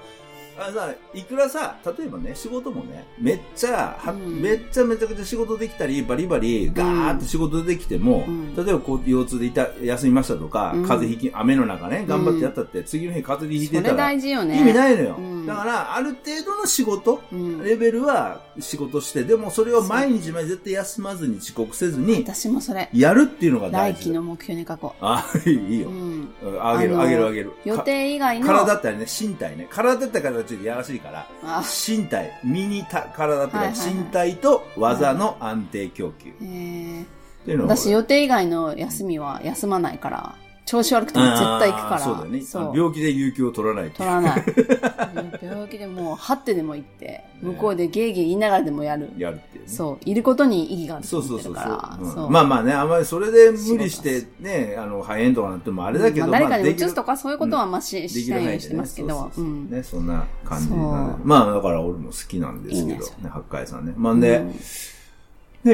[SPEAKER 2] あのさ、いくらさ、例えばね、仕事もね、めっちゃ、は
[SPEAKER 1] うん
[SPEAKER 2] めっちゃめちゃくちゃ仕事できたり、バリバリ、ガーって仕事できても、
[SPEAKER 1] うん
[SPEAKER 2] 例えばこう、腰痛でいた、休みましたとか、
[SPEAKER 1] うん
[SPEAKER 2] 風邪ひき、雨の中ね、頑張ってやったって、次の日風邪ひいて
[SPEAKER 1] そ
[SPEAKER 2] た
[SPEAKER 1] れ
[SPEAKER 2] ら、
[SPEAKER 1] 大事よね。
[SPEAKER 2] 意味ないのよ。
[SPEAKER 1] うん
[SPEAKER 2] だから、ある程度の仕事、
[SPEAKER 1] うん。
[SPEAKER 2] レベルは仕事して、でもそれを毎日毎日絶対休まずに遅刻せずに、
[SPEAKER 1] 私もそれ、
[SPEAKER 2] やるっていうのが大
[SPEAKER 1] 来
[SPEAKER 2] 事
[SPEAKER 1] 期。の目標に書こ。
[SPEAKER 2] あ、いい
[SPEAKER 1] う
[SPEAKER 2] いうよ。
[SPEAKER 1] ん。
[SPEAKER 2] うんあげる、
[SPEAKER 1] あの
[SPEAKER 2] あげる、あげる。
[SPEAKER 1] 予
[SPEAKER 2] か
[SPEAKER 1] 定以外の。
[SPEAKER 2] 体だったりね、身体ね。体って形でやらしいから、
[SPEAKER 1] あ
[SPEAKER 2] 身体、身にた、体って
[SPEAKER 1] はい
[SPEAKER 2] か
[SPEAKER 1] はいはい
[SPEAKER 2] 身体と技の安定供給。
[SPEAKER 1] えー
[SPEAKER 2] っていうのを
[SPEAKER 1] 私予定以外の休みは休まないから、調子悪くても絶対行くか
[SPEAKER 2] あー
[SPEAKER 1] ら。
[SPEAKER 2] そうだよね。あ
[SPEAKER 1] そ
[SPEAKER 2] の
[SPEAKER 1] う
[SPEAKER 2] 病気で有給を取らないと
[SPEAKER 1] 取。らない。 病気でもう、はってでも行って、向こうでゲーゲー言いながらでもやる。
[SPEAKER 2] やるっていうね。
[SPEAKER 1] そう、いることに意義があると
[SPEAKER 2] そう
[SPEAKER 1] 思
[SPEAKER 2] そ
[SPEAKER 1] っ
[SPEAKER 2] う
[SPEAKER 1] て
[SPEAKER 2] そ
[SPEAKER 1] る
[SPEAKER 2] う
[SPEAKER 1] か
[SPEAKER 2] そう
[SPEAKER 1] ら。
[SPEAKER 2] うん
[SPEAKER 1] そう
[SPEAKER 2] まあまあね、あんまりそれで無理し
[SPEAKER 1] 仕
[SPEAKER 2] てね、あの、肺炎とかなってもあれだけど、
[SPEAKER 1] まあ誰かに
[SPEAKER 2] で
[SPEAKER 1] 移
[SPEAKER 2] きる
[SPEAKER 1] すとかそういうことはまあし
[SPEAKER 2] で
[SPEAKER 1] し
[SPEAKER 2] きる
[SPEAKER 1] ないよう
[SPEAKER 2] 範囲
[SPEAKER 1] に
[SPEAKER 2] で
[SPEAKER 1] してますけ
[SPEAKER 2] ね
[SPEAKER 1] ど。。
[SPEAKER 2] そううそうそうんね、そんな感じなん
[SPEAKER 1] そ
[SPEAKER 2] で。
[SPEAKER 1] う
[SPEAKER 2] まあだから俺も好きなんです
[SPEAKER 1] い
[SPEAKER 2] け
[SPEAKER 1] い
[SPEAKER 2] ど、
[SPEAKER 1] ね
[SPEAKER 2] ね
[SPEAKER 1] そ、
[SPEAKER 2] 八海山ね。まあで、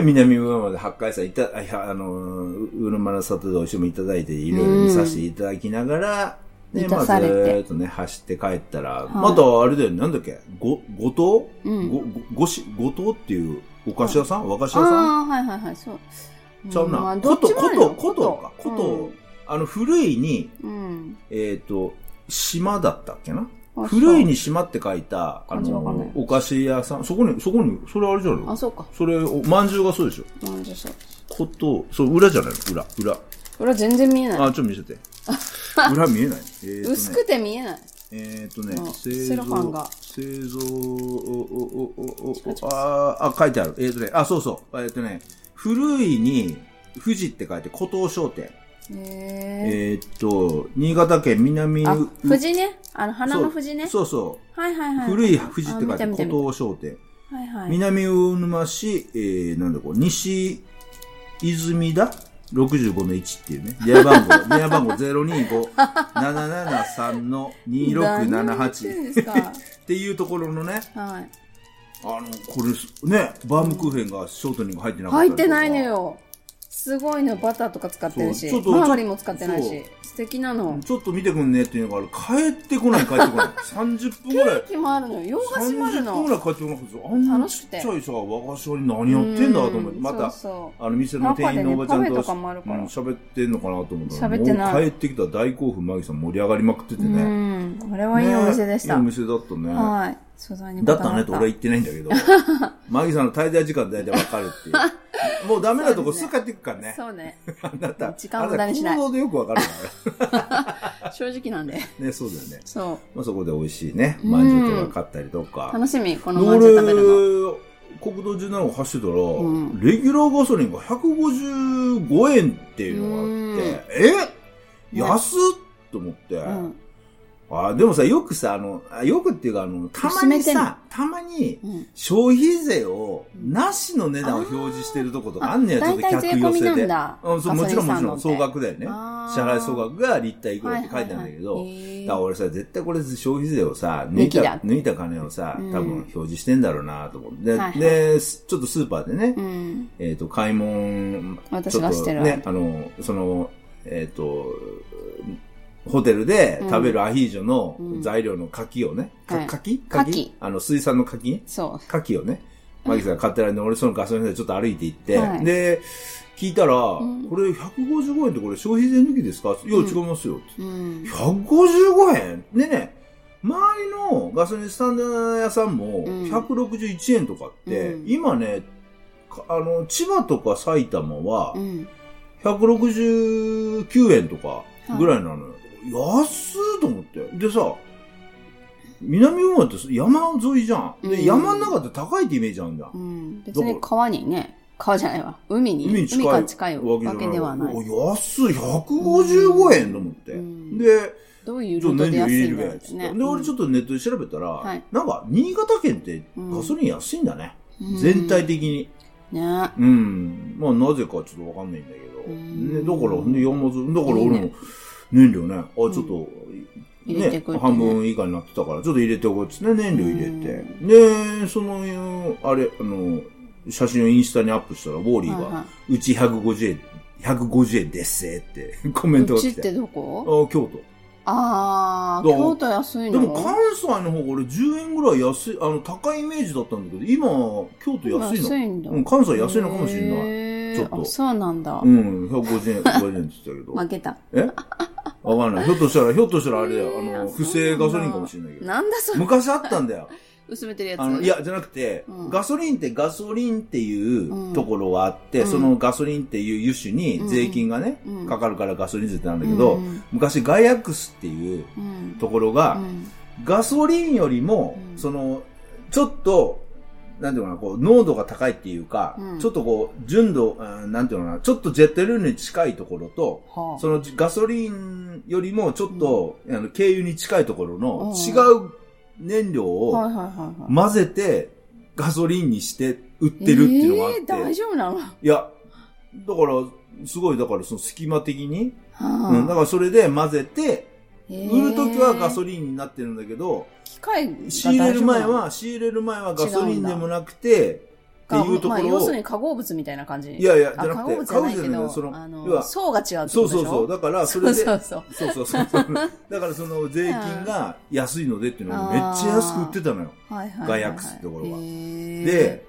[SPEAKER 2] ね、南上まで八海山いた、あいやあのー、うるまの里でおいしいもいただいて、いろいろ見させていただきながら、
[SPEAKER 1] うん
[SPEAKER 2] ね、
[SPEAKER 1] 満
[SPEAKER 2] ま
[SPEAKER 1] た
[SPEAKER 2] あず
[SPEAKER 1] されて
[SPEAKER 2] ーっとね、走って帰ったら、またあれだよね、なんだっけ、ご、ご島
[SPEAKER 1] うん
[SPEAKER 2] ご、ごし、ご島っていうお菓子屋さん和菓子
[SPEAKER 1] あ
[SPEAKER 2] 屋さん
[SPEAKER 1] あ、はいはいはい、そう。
[SPEAKER 2] ちゃう
[SPEAKER 1] ま
[SPEAKER 2] な
[SPEAKER 1] あ。ど
[SPEAKER 2] こ
[SPEAKER 1] っ
[SPEAKER 2] と、
[SPEAKER 1] ちもあ
[SPEAKER 2] こ
[SPEAKER 1] るよ
[SPEAKER 2] と、ことか。こと、あの、古いに、
[SPEAKER 1] うん。
[SPEAKER 2] えっと、島だったっけな
[SPEAKER 1] うん
[SPEAKER 2] 古い。に島って書いた、あ
[SPEAKER 1] 漢字わかんない
[SPEAKER 2] の、お菓子屋さん。そこに、そこに、それあれじゃない
[SPEAKER 1] あ、
[SPEAKER 2] の
[SPEAKER 1] そうか。
[SPEAKER 2] それ、おまんじゅうがそうでしょ
[SPEAKER 1] なんでしょう。
[SPEAKER 2] こと、そう、裏じゃないの裏、裏。
[SPEAKER 1] これは全然見えない。
[SPEAKER 2] あ、ちょっと見 せて。裏見えない。えーとね
[SPEAKER 1] 薄くて見えない。
[SPEAKER 2] えっとね
[SPEAKER 1] あ、セ
[SPEAKER 2] 製
[SPEAKER 1] ロファンが
[SPEAKER 2] 造、製造、お、お、お、お、お、あー、あ、書いてある。えっとね、あ、そうそう。えっとね、古いに、富士って書いて、古藤商店。
[SPEAKER 1] へえ。
[SPEAKER 2] えーっと、新潟県南
[SPEAKER 1] あ、
[SPEAKER 2] う
[SPEAKER 1] 藤ね。あの、花の藤ね。
[SPEAKER 2] そうそ。
[SPEAKER 1] はいはいうはい。
[SPEAKER 2] 古い富士っ
[SPEAKER 1] あ
[SPEAKER 2] て書い
[SPEAKER 1] 見た
[SPEAKER 2] て、
[SPEAKER 1] 見た
[SPEAKER 2] 古
[SPEAKER 1] 見た
[SPEAKER 2] 藤商店。
[SPEAKER 1] はいはい。
[SPEAKER 2] 南魚沼市、えー、なんだこう、西泉田65の1っていうね。電話番号、 電話番号025-773の2678
[SPEAKER 1] ですか。
[SPEAKER 2] っていうところのね、
[SPEAKER 1] はい。
[SPEAKER 2] あの、これす、ね、バームクーヘンがショートに入ってなかった
[SPEAKER 1] 入
[SPEAKER 2] り
[SPEAKER 1] っ
[SPEAKER 2] とか
[SPEAKER 1] てないの。よ。すごいのバターとか使ってるし
[SPEAKER 2] そう、ちょっと
[SPEAKER 1] マーガリンも使ってない
[SPEAKER 2] ちょ
[SPEAKER 1] し、素敵なの。
[SPEAKER 2] ちょっと見てくんねっていうのがある。帰ってこない、帰ってこない。30分ぐらい
[SPEAKER 1] ケー。キもあるのよ。洋菓子もある
[SPEAKER 2] 30分
[SPEAKER 1] の。
[SPEAKER 2] ぐらい帰ってこなかったですよあんな
[SPEAKER 1] 楽し
[SPEAKER 2] ち
[SPEAKER 1] く
[SPEAKER 2] ってちゃいさ和菓子屋に何やってんだと思っ
[SPEAKER 1] う
[SPEAKER 2] て
[SPEAKER 1] ん
[SPEAKER 2] また
[SPEAKER 1] そう
[SPEAKER 2] あの店の店員のおばちゃん
[SPEAKER 1] 中でねパフェと
[SPEAKER 2] と
[SPEAKER 1] かもあるから
[SPEAKER 2] うん喋ってんのかなと思ったら
[SPEAKER 1] 喋ってない
[SPEAKER 2] もう帰ってきたら大興奮マギさん盛り上がりまくってて
[SPEAKER 1] そう。う
[SPEAKER 2] ね
[SPEAKER 1] ん。これは
[SPEAKER 2] ね
[SPEAKER 1] いいお店でし
[SPEAKER 2] い
[SPEAKER 1] た
[SPEAKER 2] いお。店だったね
[SPEAKER 1] はい。素材に
[SPEAKER 2] だ
[SPEAKER 1] こ
[SPEAKER 2] った
[SPEAKER 1] わ
[SPEAKER 2] ね
[SPEAKER 1] っ
[SPEAKER 2] と
[SPEAKER 1] た
[SPEAKER 2] 俺は言ってないんだけどマギさんの滞在時間大体わかるっていう もうダメなとこすぐ帰っていくからね。
[SPEAKER 1] そうね。
[SPEAKER 2] あなた、
[SPEAKER 1] 時間を無駄にしない
[SPEAKER 2] あなた行動でよくわかるか
[SPEAKER 1] 正直なんで。
[SPEAKER 2] ら。ね、そうだよね。
[SPEAKER 1] そう。
[SPEAKER 2] まあ、そこで美味しいね、
[SPEAKER 1] うん
[SPEAKER 2] まんじゅうとか買ったりとか。
[SPEAKER 1] 楽しみ、このま
[SPEAKER 2] 俺
[SPEAKER 1] んじゅう食べるの。
[SPEAKER 2] 国道17号走ってたら、
[SPEAKER 1] うん
[SPEAKER 2] レギュラーガソリンが155円っていうのがあって、え
[SPEAKER 1] ね
[SPEAKER 2] 安っと思って、
[SPEAKER 1] うん。
[SPEAKER 2] あでもさ、よくさ、あの、あよくっていうか、あの、たまに
[SPEAKER 1] 薄めてんの
[SPEAKER 2] さ、たまに、
[SPEAKER 1] うん。
[SPEAKER 2] 消費税を、なしの値段を表示してるとことかあんねや、ちょっ
[SPEAKER 1] 大
[SPEAKER 2] と
[SPEAKER 1] 体
[SPEAKER 2] 客
[SPEAKER 1] 税
[SPEAKER 2] 寄
[SPEAKER 1] 込みな
[SPEAKER 2] せ
[SPEAKER 1] ん
[SPEAKER 2] で。
[SPEAKER 1] だ。
[SPEAKER 2] うん、そうもちろんもちろん、総額だよ
[SPEAKER 1] ね
[SPEAKER 2] ね。支払い総額が立体いくらって書いてあるんだけど、だから俺さ、絶対これ消費税をさ、抜いた
[SPEAKER 1] 抜きだ、
[SPEAKER 2] 抜いた金をさ、
[SPEAKER 1] うん
[SPEAKER 2] 多分表示してんだろうなと思って。で、
[SPEAKER 1] はいはい
[SPEAKER 2] でちょっとスーパーでね、
[SPEAKER 1] うん。
[SPEAKER 2] えっ、と、買い物、
[SPEAKER 1] 私
[SPEAKER 2] ちょ
[SPEAKER 1] が
[SPEAKER 2] っ
[SPEAKER 1] して
[SPEAKER 2] と
[SPEAKER 1] る。
[SPEAKER 2] ね、あの、その、えっ、と、ホテルで食べるアヒージョの
[SPEAKER 1] うん
[SPEAKER 2] 材料の柿をね、
[SPEAKER 1] はい
[SPEAKER 2] か柿
[SPEAKER 1] 柿
[SPEAKER 2] あの、水産の柿
[SPEAKER 1] そ
[SPEAKER 2] 柿をね、マギさんが買ってられて、俺そのガソリンでちょっと歩いて行って、
[SPEAKER 1] はい
[SPEAKER 2] で、聞いたら、
[SPEAKER 1] ん
[SPEAKER 2] これ155円ってこれ消費税抜きですかいや、
[SPEAKER 1] うん
[SPEAKER 2] 違いますよ。
[SPEAKER 1] う。うん。
[SPEAKER 2] 155円でね、周りのガソリンスタンド屋さんも
[SPEAKER 1] うん
[SPEAKER 2] 161円とかって、
[SPEAKER 1] うん
[SPEAKER 2] 今ね、かあの、千葉とか埼玉は
[SPEAKER 1] うん。
[SPEAKER 2] 169円とかぐらいなのよ。安っと思って。でさ、南雲って山沿いじゃん。
[SPEAKER 1] う
[SPEAKER 2] で、
[SPEAKER 1] ん
[SPEAKER 2] 山の中って高いってイメージあるじゃん
[SPEAKER 1] う。ん。別に川にね、川じゃないわ。海に。
[SPEAKER 2] 海に近い
[SPEAKER 1] から近いわけではな
[SPEAKER 2] お
[SPEAKER 1] い。
[SPEAKER 2] 安い !155 円と思って。
[SPEAKER 1] うん
[SPEAKER 2] で、
[SPEAKER 1] どういう
[SPEAKER 2] ちょ
[SPEAKER 1] ル
[SPEAKER 2] っ
[SPEAKER 1] ー
[SPEAKER 2] と
[SPEAKER 1] ト
[SPEAKER 2] 何
[SPEAKER 1] で
[SPEAKER 2] を
[SPEAKER 1] 安
[SPEAKER 2] 入れ
[SPEAKER 1] い
[SPEAKER 2] る
[SPEAKER 1] ん
[SPEAKER 2] か
[SPEAKER 1] だ
[SPEAKER 2] や
[SPEAKER 1] ろ
[SPEAKER 2] っ
[SPEAKER 1] うっ
[SPEAKER 2] つっ
[SPEAKER 1] てて
[SPEAKER 2] で、
[SPEAKER 1] ね。
[SPEAKER 2] 俺ちょっとネットで調べたら、
[SPEAKER 1] はい
[SPEAKER 2] なんか、新潟県って
[SPEAKER 1] うん
[SPEAKER 2] ガソリン安いんだね。
[SPEAKER 1] うん
[SPEAKER 2] 全体的に。
[SPEAKER 1] ね。
[SPEAKER 2] うん。まあ、なぜかちょっとわかんないんだけど。
[SPEAKER 1] うん
[SPEAKER 2] ね、だから、ね、山津、だから
[SPEAKER 1] いい
[SPEAKER 2] 俺も
[SPEAKER 1] ね、
[SPEAKER 2] 燃料ね、あ、ちょっと、
[SPEAKER 1] 入れてくってね
[SPEAKER 2] 半分以下になってたから、ちょっと入れておこうっつって燃料入れて。で、その、あれ、あの、写真をインスタにアップしたら、ウォーリーが、
[SPEAKER 1] は
[SPEAKER 2] うち150円、150円ですせってコメ
[SPEAKER 1] いはい
[SPEAKER 2] ント
[SPEAKER 1] う
[SPEAKER 2] が
[SPEAKER 1] ち
[SPEAKER 2] 来。
[SPEAKER 1] ってて
[SPEAKER 2] あ
[SPEAKER 1] どこ
[SPEAKER 2] 京都。
[SPEAKER 1] ああ、
[SPEAKER 2] どう
[SPEAKER 1] 京都安い
[SPEAKER 2] で
[SPEAKER 1] の
[SPEAKER 2] も関西の方が俺10円ぐらい安い、あの高いイメージだったんだけど、今、京都安いの。
[SPEAKER 1] 安いんだ。
[SPEAKER 2] うん、関西安いのかもしれない。
[SPEAKER 1] へー
[SPEAKER 2] ちょっと
[SPEAKER 1] あそうなんだ。
[SPEAKER 2] うん、150円、150円って 言ってたけど。
[SPEAKER 1] 負けた。
[SPEAKER 2] わかんない。ひょっとしたら、ひょっとしたらあれだ
[SPEAKER 1] へ
[SPEAKER 2] よ。あ
[SPEAKER 1] ーあ
[SPEAKER 2] の、不正ガソリンかもしれないけど。
[SPEAKER 1] なんだそれ。
[SPEAKER 2] 昔あったん だよ。
[SPEAKER 1] 薄めてるやつ。
[SPEAKER 2] あの、いや、じゃなくて、
[SPEAKER 1] うん
[SPEAKER 2] ガソリンってガソリンっていうところはあって、
[SPEAKER 1] うん
[SPEAKER 2] そのガソリンっていう油種に税金がね、
[SPEAKER 1] うん
[SPEAKER 2] かかるからガソリン税ってなん
[SPEAKER 1] う
[SPEAKER 2] だ
[SPEAKER 1] ん、
[SPEAKER 2] けど、
[SPEAKER 1] うん
[SPEAKER 2] 昔ガイアックスっていう
[SPEAKER 1] うん
[SPEAKER 2] ところが、
[SPEAKER 1] うん
[SPEAKER 2] ガソリンよりも、
[SPEAKER 1] うん
[SPEAKER 2] その、ちょっと、なんていうのかな、こう、濃度が高いっていうか、
[SPEAKER 1] うん
[SPEAKER 2] ちょっとこう、純度、うんなんていうのかな、ちょっとジェットルールに近いところと、
[SPEAKER 1] はあ
[SPEAKER 2] そのガソリンよりもちょっと、あの軽油に近いところ
[SPEAKER 1] うん
[SPEAKER 2] の違う燃料
[SPEAKER 1] はい
[SPEAKER 2] を
[SPEAKER 1] はいはいはい。
[SPEAKER 2] 混ぜてガソリンにして売ってるっていうのがあって、
[SPEAKER 1] えー大丈夫なの
[SPEAKER 2] いや、だから、すごい、だからその隙間的に、うん、だ
[SPEAKER 1] はあ
[SPEAKER 2] からそれで混ぜて、
[SPEAKER 1] え
[SPEAKER 2] 売るときは
[SPEAKER 1] リ
[SPEAKER 2] ガ
[SPEAKER 1] ン。
[SPEAKER 2] ソリンになってるんだけど、
[SPEAKER 1] 機械が大丈夫なの
[SPEAKER 2] 仕入れる前、は、仕入れる前はガソリンでもなくて、って
[SPEAKER 1] が
[SPEAKER 2] いうとこ
[SPEAKER 1] まあ
[SPEAKER 2] ろ
[SPEAKER 1] 要
[SPEAKER 2] を
[SPEAKER 1] する、に化合物みたいな感じ。
[SPEAKER 2] いやいや、じ
[SPEAKER 1] あ
[SPEAKER 2] ゃな
[SPEAKER 1] 化合
[SPEAKER 2] くて、
[SPEAKER 1] 物じゃないけ
[SPEAKER 2] 買う
[SPEAKER 1] ど、
[SPEAKER 2] その
[SPEAKER 1] あ、
[SPEAKER 2] 要は
[SPEAKER 1] の、、層が違うって
[SPEAKER 2] そ
[SPEAKER 1] こと
[SPEAKER 2] う
[SPEAKER 1] でしょ
[SPEAKER 2] そうそう、だから、そ
[SPEAKER 1] そ
[SPEAKER 2] れで、
[SPEAKER 1] うそうそう。
[SPEAKER 2] そうそうそうそう。だからその税金が安いのでっていうのをめっちゃ安く売ってたのよ。
[SPEAKER 1] はいはいはいはい。
[SPEAKER 2] ガイアックスってところ
[SPEAKER 1] へ
[SPEAKER 2] は
[SPEAKER 1] ー、
[SPEAKER 2] で、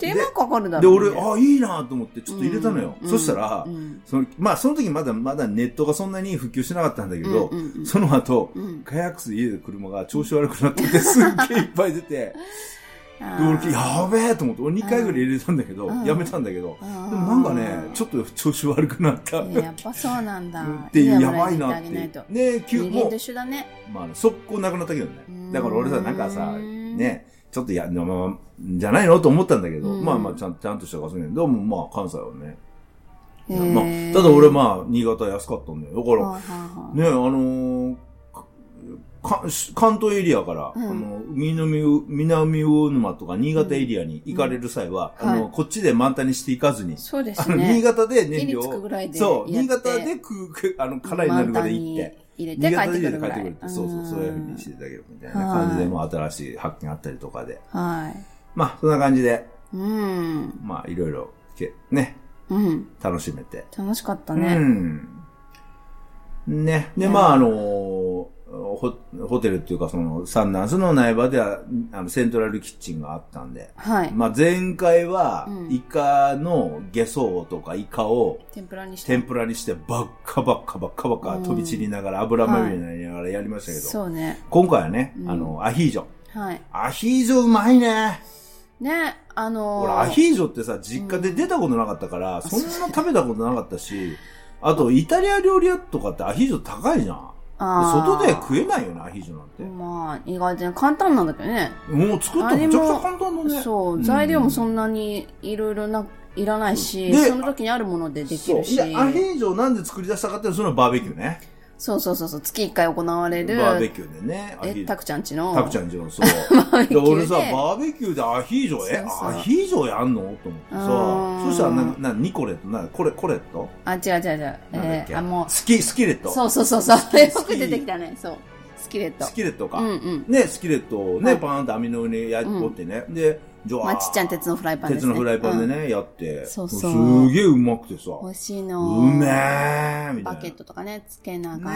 [SPEAKER 1] 手間かかるだ
[SPEAKER 2] で、
[SPEAKER 1] ろう
[SPEAKER 2] 俺
[SPEAKER 1] ね、、
[SPEAKER 2] あ、いいなと思ってちょっと入れたのよ。
[SPEAKER 1] うん
[SPEAKER 2] そしたら
[SPEAKER 1] う、ん
[SPEAKER 2] その、まあその時まだまだネットがそんなに普及しなかったんだけど
[SPEAKER 1] う、んうんうん
[SPEAKER 2] その後、
[SPEAKER 1] うん
[SPEAKER 2] ガイアックスで家で車が調子悪くなってて、すっげえいっぱい出て、で
[SPEAKER 1] あー
[SPEAKER 2] 俺、やべえと思って、俺2回ぐらい入れたんだけど
[SPEAKER 1] うん、
[SPEAKER 2] やめたんだけど、
[SPEAKER 1] あ
[SPEAKER 2] で
[SPEAKER 1] ー
[SPEAKER 2] もなんかね、ちょっと調子悪くなった。
[SPEAKER 1] いややっぱそうなんだ。
[SPEAKER 2] っていう、やば
[SPEAKER 1] い
[SPEAKER 2] いなって
[SPEAKER 1] いや
[SPEAKER 2] い
[SPEAKER 1] もらえてあげないうと。。
[SPEAKER 2] ね、急、
[SPEAKER 1] 人間
[SPEAKER 2] もう
[SPEAKER 1] と一、緒だね。
[SPEAKER 2] まあ、速攻なくなったけど
[SPEAKER 1] うー
[SPEAKER 2] ね。
[SPEAKER 1] ん
[SPEAKER 2] だから俺さ、なんかさ、ね、ちょっとや、まあ、じゃないのと思ったんだけど、
[SPEAKER 1] うん
[SPEAKER 2] まあまあちゃん、ちゃんとしたガソリン。でもまあ、関西はね。
[SPEAKER 1] へ
[SPEAKER 2] ま
[SPEAKER 1] ー
[SPEAKER 2] あ、ただ俺まあ、新潟安かったんだよ。だから、
[SPEAKER 1] はいはいはい
[SPEAKER 2] ね、あのーか関東エリアから、
[SPEAKER 1] うん
[SPEAKER 2] あの南う南魚沼とか新潟エリアに行かれる際は、
[SPEAKER 1] うん
[SPEAKER 2] あの
[SPEAKER 1] は
[SPEAKER 2] こっちで満タンにしていかずに、
[SPEAKER 1] そうで
[SPEAKER 2] あ
[SPEAKER 1] す
[SPEAKER 2] の
[SPEAKER 1] ね。
[SPEAKER 2] 新潟で燃料
[SPEAKER 1] 家に着くぐらいで
[SPEAKER 2] そう
[SPEAKER 1] やって
[SPEAKER 2] 新潟で食うくあの空になるまで行って、
[SPEAKER 1] 入れて
[SPEAKER 2] 新
[SPEAKER 1] 帰って
[SPEAKER 2] 潟で
[SPEAKER 1] く
[SPEAKER 2] 家
[SPEAKER 1] る
[SPEAKER 2] で帰
[SPEAKER 1] ぐ
[SPEAKER 2] っ
[SPEAKER 1] ら
[SPEAKER 2] て
[SPEAKER 1] い
[SPEAKER 2] くるって、そうそう、そういうふうにしていただけるみたいな
[SPEAKER 1] はい
[SPEAKER 2] 感じで、もう新しい発見あったりとかで。
[SPEAKER 1] うんはい。
[SPEAKER 2] まあ、そんな感じで、
[SPEAKER 1] うん。
[SPEAKER 2] まあ、いろいろ、けね、
[SPEAKER 1] うん。
[SPEAKER 2] 楽しめて。
[SPEAKER 1] 楽しかった
[SPEAKER 2] う
[SPEAKER 1] ね。
[SPEAKER 2] ん。ね。で、
[SPEAKER 1] うん
[SPEAKER 2] まあ、あのホ、ホテルっていうか、その、サンダンスの苗場では、あの、セントラルキッチンがあったんで、
[SPEAKER 1] はい。
[SPEAKER 2] まあ、前回は
[SPEAKER 1] う、ん
[SPEAKER 2] イカのゲソとかイカを、
[SPEAKER 1] 天ぷらにして。
[SPEAKER 2] 天ぷらにしてバッカバッカバッカバッカ飛び散りながら油まみれになりながらやりましたけど、
[SPEAKER 1] そうね。
[SPEAKER 2] 今回はね、
[SPEAKER 1] うん
[SPEAKER 2] あの、アヒージョ。
[SPEAKER 1] はい。
[SPEAKER 2] アヒージョうまいね。
[SPEAKER 1] ね、あの
[SPEAKER 2] 俺、
[SPEAKER 1] ー
[SPEAKER 2] アヒージョってさ、実家で出たことなかったから、そんな食べたことなかったし、あと、イタリア料理屋とかってアヒージョ高いじゃん。で
[SPEAKER 1] あー
[SPEAKER 2] 外で食えないよね、アヒージョなんて。
[SPEAKER 1] まあ、意外とね簡単なんだけどね。
[SPEAKER 2] もう作ったらめちゃくちゃ簡単だね。
[SPEAKER 1] そう、材料もそんなにいろいろな、いらないし、
[SPEAKER 2] で
[SPEAKER 1] その時にあるものででき
[SPEAKER 2] そう
[SPEAKER 1] るし。
[SPEAKER 2] いや、アヒージョをなんで作り出したかっていうのはそれはバーベキューね。
[SPEAKER 1] そうそうそうそう、月1回行われる、
[SPEAKER 2] バーベキューでね。アヒージ
[SPEAKER 1] え、
[SPEAKER 2] ョ
[SPEAKER 1] タクちゃんちの。
[SPEAKER 2] タクちゃんちのそう。
[SPEAKER 1] ベキ
[SPEAKER 2] で
[SPEAKER 1] ューで
[SPEAKER 2] 俺さ、バーベキューでアヒージョ、え
[SPEAKER 1] そうそう
[SPEAKER 2] アヒージョやんのと思って
[SPEAKER 1] う
[SPEAKER 2] さ
[SPEAKER 1] ん、
[SPEAKER 2] そしたらな、な、ニコレット、な、コレ、コレット
[SPEAKER 1] あ、違う違う違う。
[SPEAKER 2] なんだっ
[SPEAKER 1] え
[SPEAKER 2] け
[SPEAKER 1] ー、あ、も
[SPEAKER 2] スキ、スキレ
[SPEAKER 1] う、
[SPEAKER 2] ット
[SPEAKER 1] そうそうそうそう。よ
[SPEAKER 2] スキ
[SPEAKER 1] く出てきたね。そう。スキレット
[SPEAKER 2] ス。キレットか
[SPEAKER 1] うん。うん。
[SPEAKER 2] ね、スキレットをね、
[SPEAKER 1] はい
[SPEAKER 2] バーンと網の上に焼いて折ってね。で、じゃ
[SPEAKER 1] まあ、ちっちゃな鉄のフライパンです
[SPEAKER 2] 鉄
[SPEAKER 1] ね。
[SPEAKER 2] のフライパンで
[SPEAKER 1] うん。
[SPEAKER 2] ね、やって。
[SPEAKER 1] そうそう
[SPEAKER 2] すげえうまくてさ、
[SPEAKER 1] 美
[SPEAKER 2] う
[SPEAKER 1] 味しいの。
[SPEAKER 2] めえみたい
[SPEAKER 1] バ
[SPEAKER 2] な
[SPEAKER 1] ケッ。トとかね、つけなが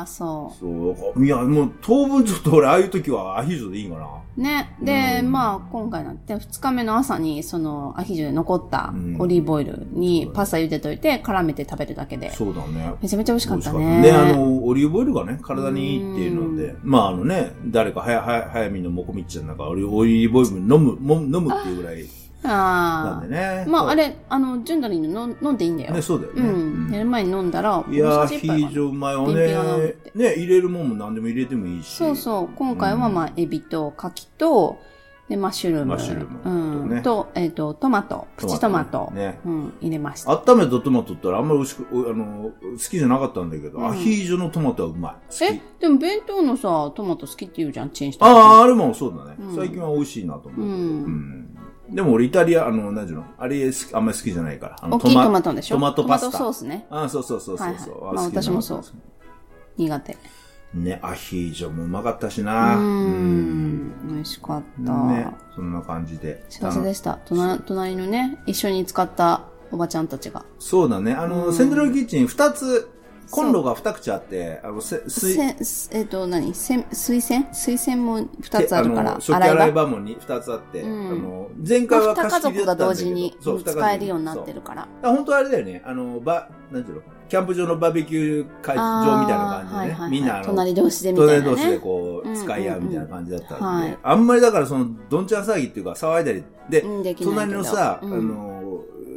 [SPEAKER 1] ら、そ
[SPEAKER 2] そう。いや、もう当分ちょっと俺、ああいう時はアヒージョでいいんかな。
[SPEAKER 1] う。ね。で、
[SPEAKER 2] うん
[SPEAKER 1] まあ、今回なんて、2日目の朝に、その、アヒージョで残った
[SPEAKER 2] うん
[SPEAKER 1] オリーブオイルにパスタ茹でといて、絡めて食べるだけで。
[SPEAKER 2] そうだね。
[SPEAKER 1] めちゃめちゃ美味しかった
[SPEAKER 2] 美
[SPEAKER 1] ね。
[SPEAKER 2] 味しかったねあの、オリーブオイルがね、体にいいっていうので、まああのね、誰かはや、はや、はやみのもこみっちゃんなんか、オリーブオイル飲む、も飲むっていうぐらいな
[SPEAKER 1] あ
[SPEAKER 2] ん
[SPEAKER 1] あ
[SPEAKER 2] でね。
[SPEAKER 1] ま
[SPEAKER 2] そう
[SPEAKER 1] あ、あれ、あの、ジュンダリンの飲ん飲んでいいんだよ。
[SPEAKER 2] ね、そうだよ
[SPEAKER 1] う
[SPEAKER 2] ね。
[SPEAKER 1] ん。寝る前に飲んだら、
[SPEAKER 2] いや
[SPEAKER 1] もう
[SPEAKER 2] ー、
[SPEAKER 1] 一
[SPEAKER 2] 非
[SPEAKER 1] 杯かな
[SPEAKER 2] 常前は
[SPEAKER 1] 便秘が治
[SPEAKER 2] ね
[SPEAKER 1] るって、
[SPEAKER 2] ね、入れるもんも何でも入れてもいいし。
[SPEAKER 1] そうそう。今回は、
[SPEAKER 2] うん
[SPEAKER 1] まあ、エビと、カキと、で、マッシュルーム。
[SPEAKER 2] マッシュルー
[SPEAKER 1] うん。
[SPEAKER 2] ム
[SPEAKER 1] と、えっ、と、トマト、プチトマト。
[SPEAKER 2] ね。
[SPEAKER 1] うん、入れました。
[SPEAKER 2] 温めたトマトってあんまり美味しく、おあの、好きじゃなかったんだけど、
[SPEAKER 1] うん
[SPEAKER 2] アヒージョのトマトはうまい。好き
[SPEAKER 1] え、でも弁当のさ、トマト好きって言うじゃん、チンした時
[SPEAKER 2] ああ、あれもそうだね、
[SPEAKER 1] うん
[SPEAKER 2] 最近は美味しいなと思
[SPEAKER 1] う。
[SPEAKER 2] う。うんん。でも俺イタリア、あの、何ていうのあれ好き、あんまり好きじゃないから。あの
[SPEAKER 1] 大きいトマトでしょ
[SPEAKER 2] トマトパスタ
[SPEAKER 1] トソースね。
[SPEAKER 2] あそうそうそうそうそう、
[SPEAKER 1] はいはい
[SPEAKER 2] あ好きだな
[SPEAKER 1] まあ私もそう苦手。
[SPEAKER 2] ね、アヒージョもうまかったし
[SPEAKER 1] う
[SPEAKER 2] な。
[SPEAKER 1] ん。美味しかった。
[SPEAKER 2] うんね、そんな感じで。
[SPEAKER 1] 幸せでした。隣隣のね、一緒に使ったおばちゃんたちが。
[SPEAKER 2] そうだね。あの、
[SPEAKER 1] うん
[SPEAKER 2] セントラルキッチン二つ、コンロが二口あって、あの、せ、水、
[SPEAKER 1] せんえっ、と、何せん水洗水洗も二
[SPEAKER 2] て
[SPEAKER 1] つあるか
[SPEAKER 2] の
[SPEAKER 1] ら、
[SPEAKER 2] 食器洗い場もに二つあって、
[SPEAKER 1] うん
[SPEAKER 2] あの、前回は
[SPEAKER 1] 二家
[SPEAKER 2] 貸し切り
[SPEAKER 1] 族
[SPEAKER 2] だ
[SPEAKER 1] が同
[SPEAKER 2] ったんだけど
[SPEAKER 1] 時に
[SPEAKER 2] そう二家族
[SPEAKER 1] 使えるようになってるから。
[SPEAKER 2] あ本当あれだよね。あの、ば、なんていうのキャンプ場のバーベキュー会場みたいな感じ
[SPEAKER 1] あー
[SPEAKER 2] でね。
[SPEAKER 1] はいはいはい
[SPEAKER 2] みんなあの、
[SPEAKER 1] 隣同士でみたいな、ね。
[SPEAKER 2] 隣同士でこ
[SPEAKER 1] うん
[SPEAKER 2] う、使い合うみたいな感じだったんで、
[SPEAKER 1] うんうんはい
[SPEAKER 2] あんまりだからその、どんちゃん騒ぎっていうか騒いだり、で、
[SPEAKER 1] うんできないけど
[SPEAKER 2] 隣のさ、
[SPEAKER 1] うん
[SPEAKER 2] あの、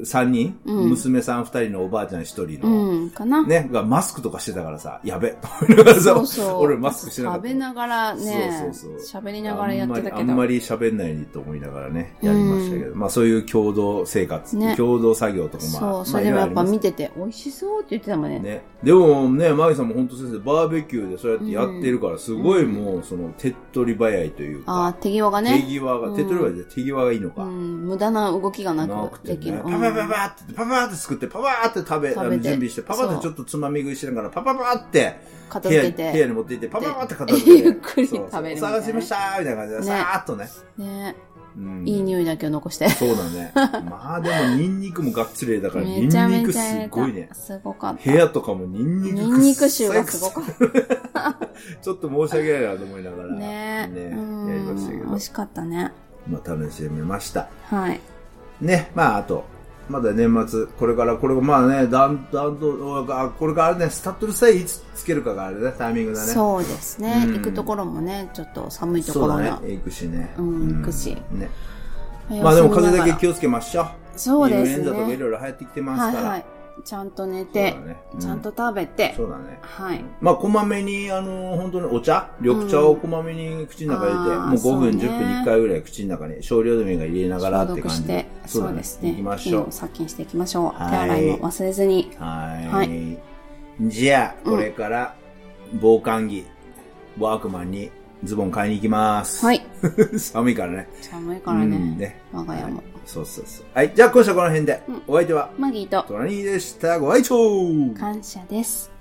[SPEAKER 2] 三人、
[SPEAKER 1] うん
[SPEAKER 2] 娘さん二人のおばあちゃん一人の、
[SPEAKER 1] うん、かな。
[SPEAKER 2] ね、がマスクとかしてたからさ、やべ、と思いながらさ
[SPEAKER 1] そうそう。
[SPEAKER 2] 俺マスクしてなかっ
[SPEAKER 1] 食
[SPEAKER 2] た。
[SPEAKER 1] べながらね、
[SPEAKER 2] そうそうそう
[SPEAKER 1] 喋りながらやってた
[SPEAKER 2] あ
[SPEAKER 1] け
[SPEAKER 2] んまりあん
[SPEAKER 1] ど
[SPEAKER 2] ま。り喋んないと思いながらね、やりましたけど、まあそういう共同生活、
[SPEAKER 1] ね
[SPEAKER 2] 共同作業とかまあ、
[SPEAKER 1] そう、
[SPEAKER 2] ま
[SPEAKER 1] そ
[SPEAKER 2] あ
[SPEAKER 1] れでもやっ
[SPEAKER 2] いろいろあ
[SPEAKER 1] ぱ
[SPEAKER 2] ります
[SPEAKER 1] 見てて、美味しそうって言ってたもんね。
[SPEAKER 2] ね。でもね、マギさんも本当先生、バーベキューでそうやってやってるから、すごいもう、その、手っ取り早いという
[SPEAKER 1] ああ、
[SPEAKER 2] か、
[SPEAKER 1] 手際が
[SPEAKER 2] 手
[SPEAKER 1] ね。
[SPEAKER 2] 際が、
[SPEAKER 1] うん
[SPEAKER 2] 手っ取り早いで手際がいいの
[SPEAKER 1] う
[SPEAKER 2] か。
[SPEAKER 1] ん、無駄な動きがな
[SPEAKER 2] なく
[SPEAKER 1] く
[SPEAKER 2] て
[SPEAKER 1] でき
[SPEAKER 2] ね
[SPEAKER 1] る。、
[SPEAKER 2] パ
[SPEAKER 1] う
[SPEAKER 2] パ
[SPEAKER 1] ん
[SPEAKER 2] パパーって、パパーって作って、パパーって食べ、あ
[SPEAKER 1] 食
[SPEAKER 2] の
[SPEAKER 1] べて
[SPEAKER 2] 準備して、パパーってちょっとつまみ食いしながら、パパパーって、
[SPEAKER 1] 片
[SPEAKER 2] 部屋
[SPEAKER 1] 付け
[SPEAKER 2] に部屋
[SPEAKER 1] て。
[SPEAKER 2] に持って行って、パパパーって片付けて、
[SPEAKER 1] ゆっくり食べるみたいなね
[SPEAKER 2] そうそうお探しましたーみたいな感じで、
[SPEAKER 1] ね
[SPEAKER 2] さーっとね。
[SPEAKER 1] ね、
[SPEAKER 2] うん
[SPEAKER 1] いい匂いだけを残して。
[SPEAKER 2] そう だね。まあでも、ニンニクもがっつり入れたから、ニン
[SPEAKER 1] めちゃ
[SPEAKER 2] ニ
[SPEAKER 1] め
[SPEAKER 2] ク
[SPEAKER 1] ち
[SPEAKER 2] す
[SPEAKER 1] ゃ入れた
[SPEAKER 2] ごいね。
[SPEAKER 1] すごかった。
[SPEAKER 2] 部屋とかもニンニク
[SPEAKER 1] ニンニク臭がすごかった。
[SPEAKER 2] ちょっと申し訳ないなと思いながら、
[SPEAKER 1] ね
[SPEAKER 2] ね
[SPEAKER 1] うん
[SPEAKER 2] やりましたけ
[SPEAKER 1] 美
[SPEAKER 2] ど
[SPEAKER 1] 味、しかったね。
[SPEAKER 2] まあ、楽しみました。
[SPEAKER 1] はい。
[SPEAKER 2] ね、まあ、あと、まだ年末、これから、これ、まあね、だんだんと、あこれからあれね、スタッドルさえいつつけるかがあれね、タイミングだね。う。
[SPEAKER 1] そうですね。
[SPEAKER 2] うん
[SPEAKER 1] 行くところもね、ちょっと寒いと
[SPEAKER 2] そ
[SPEAKER 1] こ
[SPEAKER 2] う
[SPEAKER 1] ろ
[SPEAKER 2] だ
[SPEAKER 1] が。
[SPEAKER 2] ね、行くしね。
[SPEAKER 1] うん行くし
[SPEAKER 2] ね。まあでも、風邪だけ
[SPEAKER 1] 気
[SPEAKER 2] 気をつけましょう。
[SPEAKER 1] そうです
[SPEAKER 2] インフルエンザとかい
[SPEAKER 1] ね。
[SPEAKER 2] ろいろ流行ってきてま
[SPEAKER 1] は
[SPEAKER 2] す
[SPEAKER 1] い
[SPEAKER 2] から。
[SPEAKER 1] はい。ちゃんと寝
[SPEAKER 2] そうだ
[SPEAKER 1] て、
[SPEAKER 2] ね。
[SPEAKER 1] ちゃん
[SPEAKER 2] う
[SPEAKER 1] と食べて、
[SPEAKER 2] そうだね。
[SPEAKER 1] はい。
[SPEAKER 2] まあ、こまめに、あの、本当にお茶緑茶をこまめに口の中に入れて、
[SPEAKER 1] うんあー
[SPEAKER 2] もう5分、
[SPEAKER 1] そうね
[SPEAKER 2] 10分に1回ぐらい口の中に少量でもいいから入れながら
[SPEAKER 1] 消
[SPEAKER 2] って
[SPEAKER 1] 毒
[SPEAKER 2] 感じ
[SPEAKER 1] して、そう
[SPEAKER 2] だ
[SPEAKER 1] ですね。
[SPEAKER 2] 行きまし
[SPEAKER 1] 菌
[SPEAKER 2] ょ
[SPEAKER 1] を
[SPEAKER 2] う。
[SPEAKER 1] 殺菌していきましょう。手
[SPEAKER 2] はい
[SPEAKER 1] 洗いも忘れずに。
[SPEAKER 2] はい,、
[SPEAKER 1] は
[SPEAKER 2] じゃあ、これから、防寒着、ワークマンにズボン買いに行きます。。
[SPEAKER 1] はい。
[SPEAKER 2] 寒いからね。
[SPEAKER 1] 寒いから
[SPEAKER 2] うん
[SPEAKER 1] ね。
[SPEAKER 2] ね。
[SPEAKER 1] 我が家も。
[SPEAKER 2] そうそうそう。はい。じゃあ、今週はこの辺で。
[SPEAKER 1] うん
[SPEAKER 2] お相手は、
[SPEAKER 1] マギーと
[SPEAKER 2] トラニーでした。ご愛聴
[SPEAKER 1] 感謝です。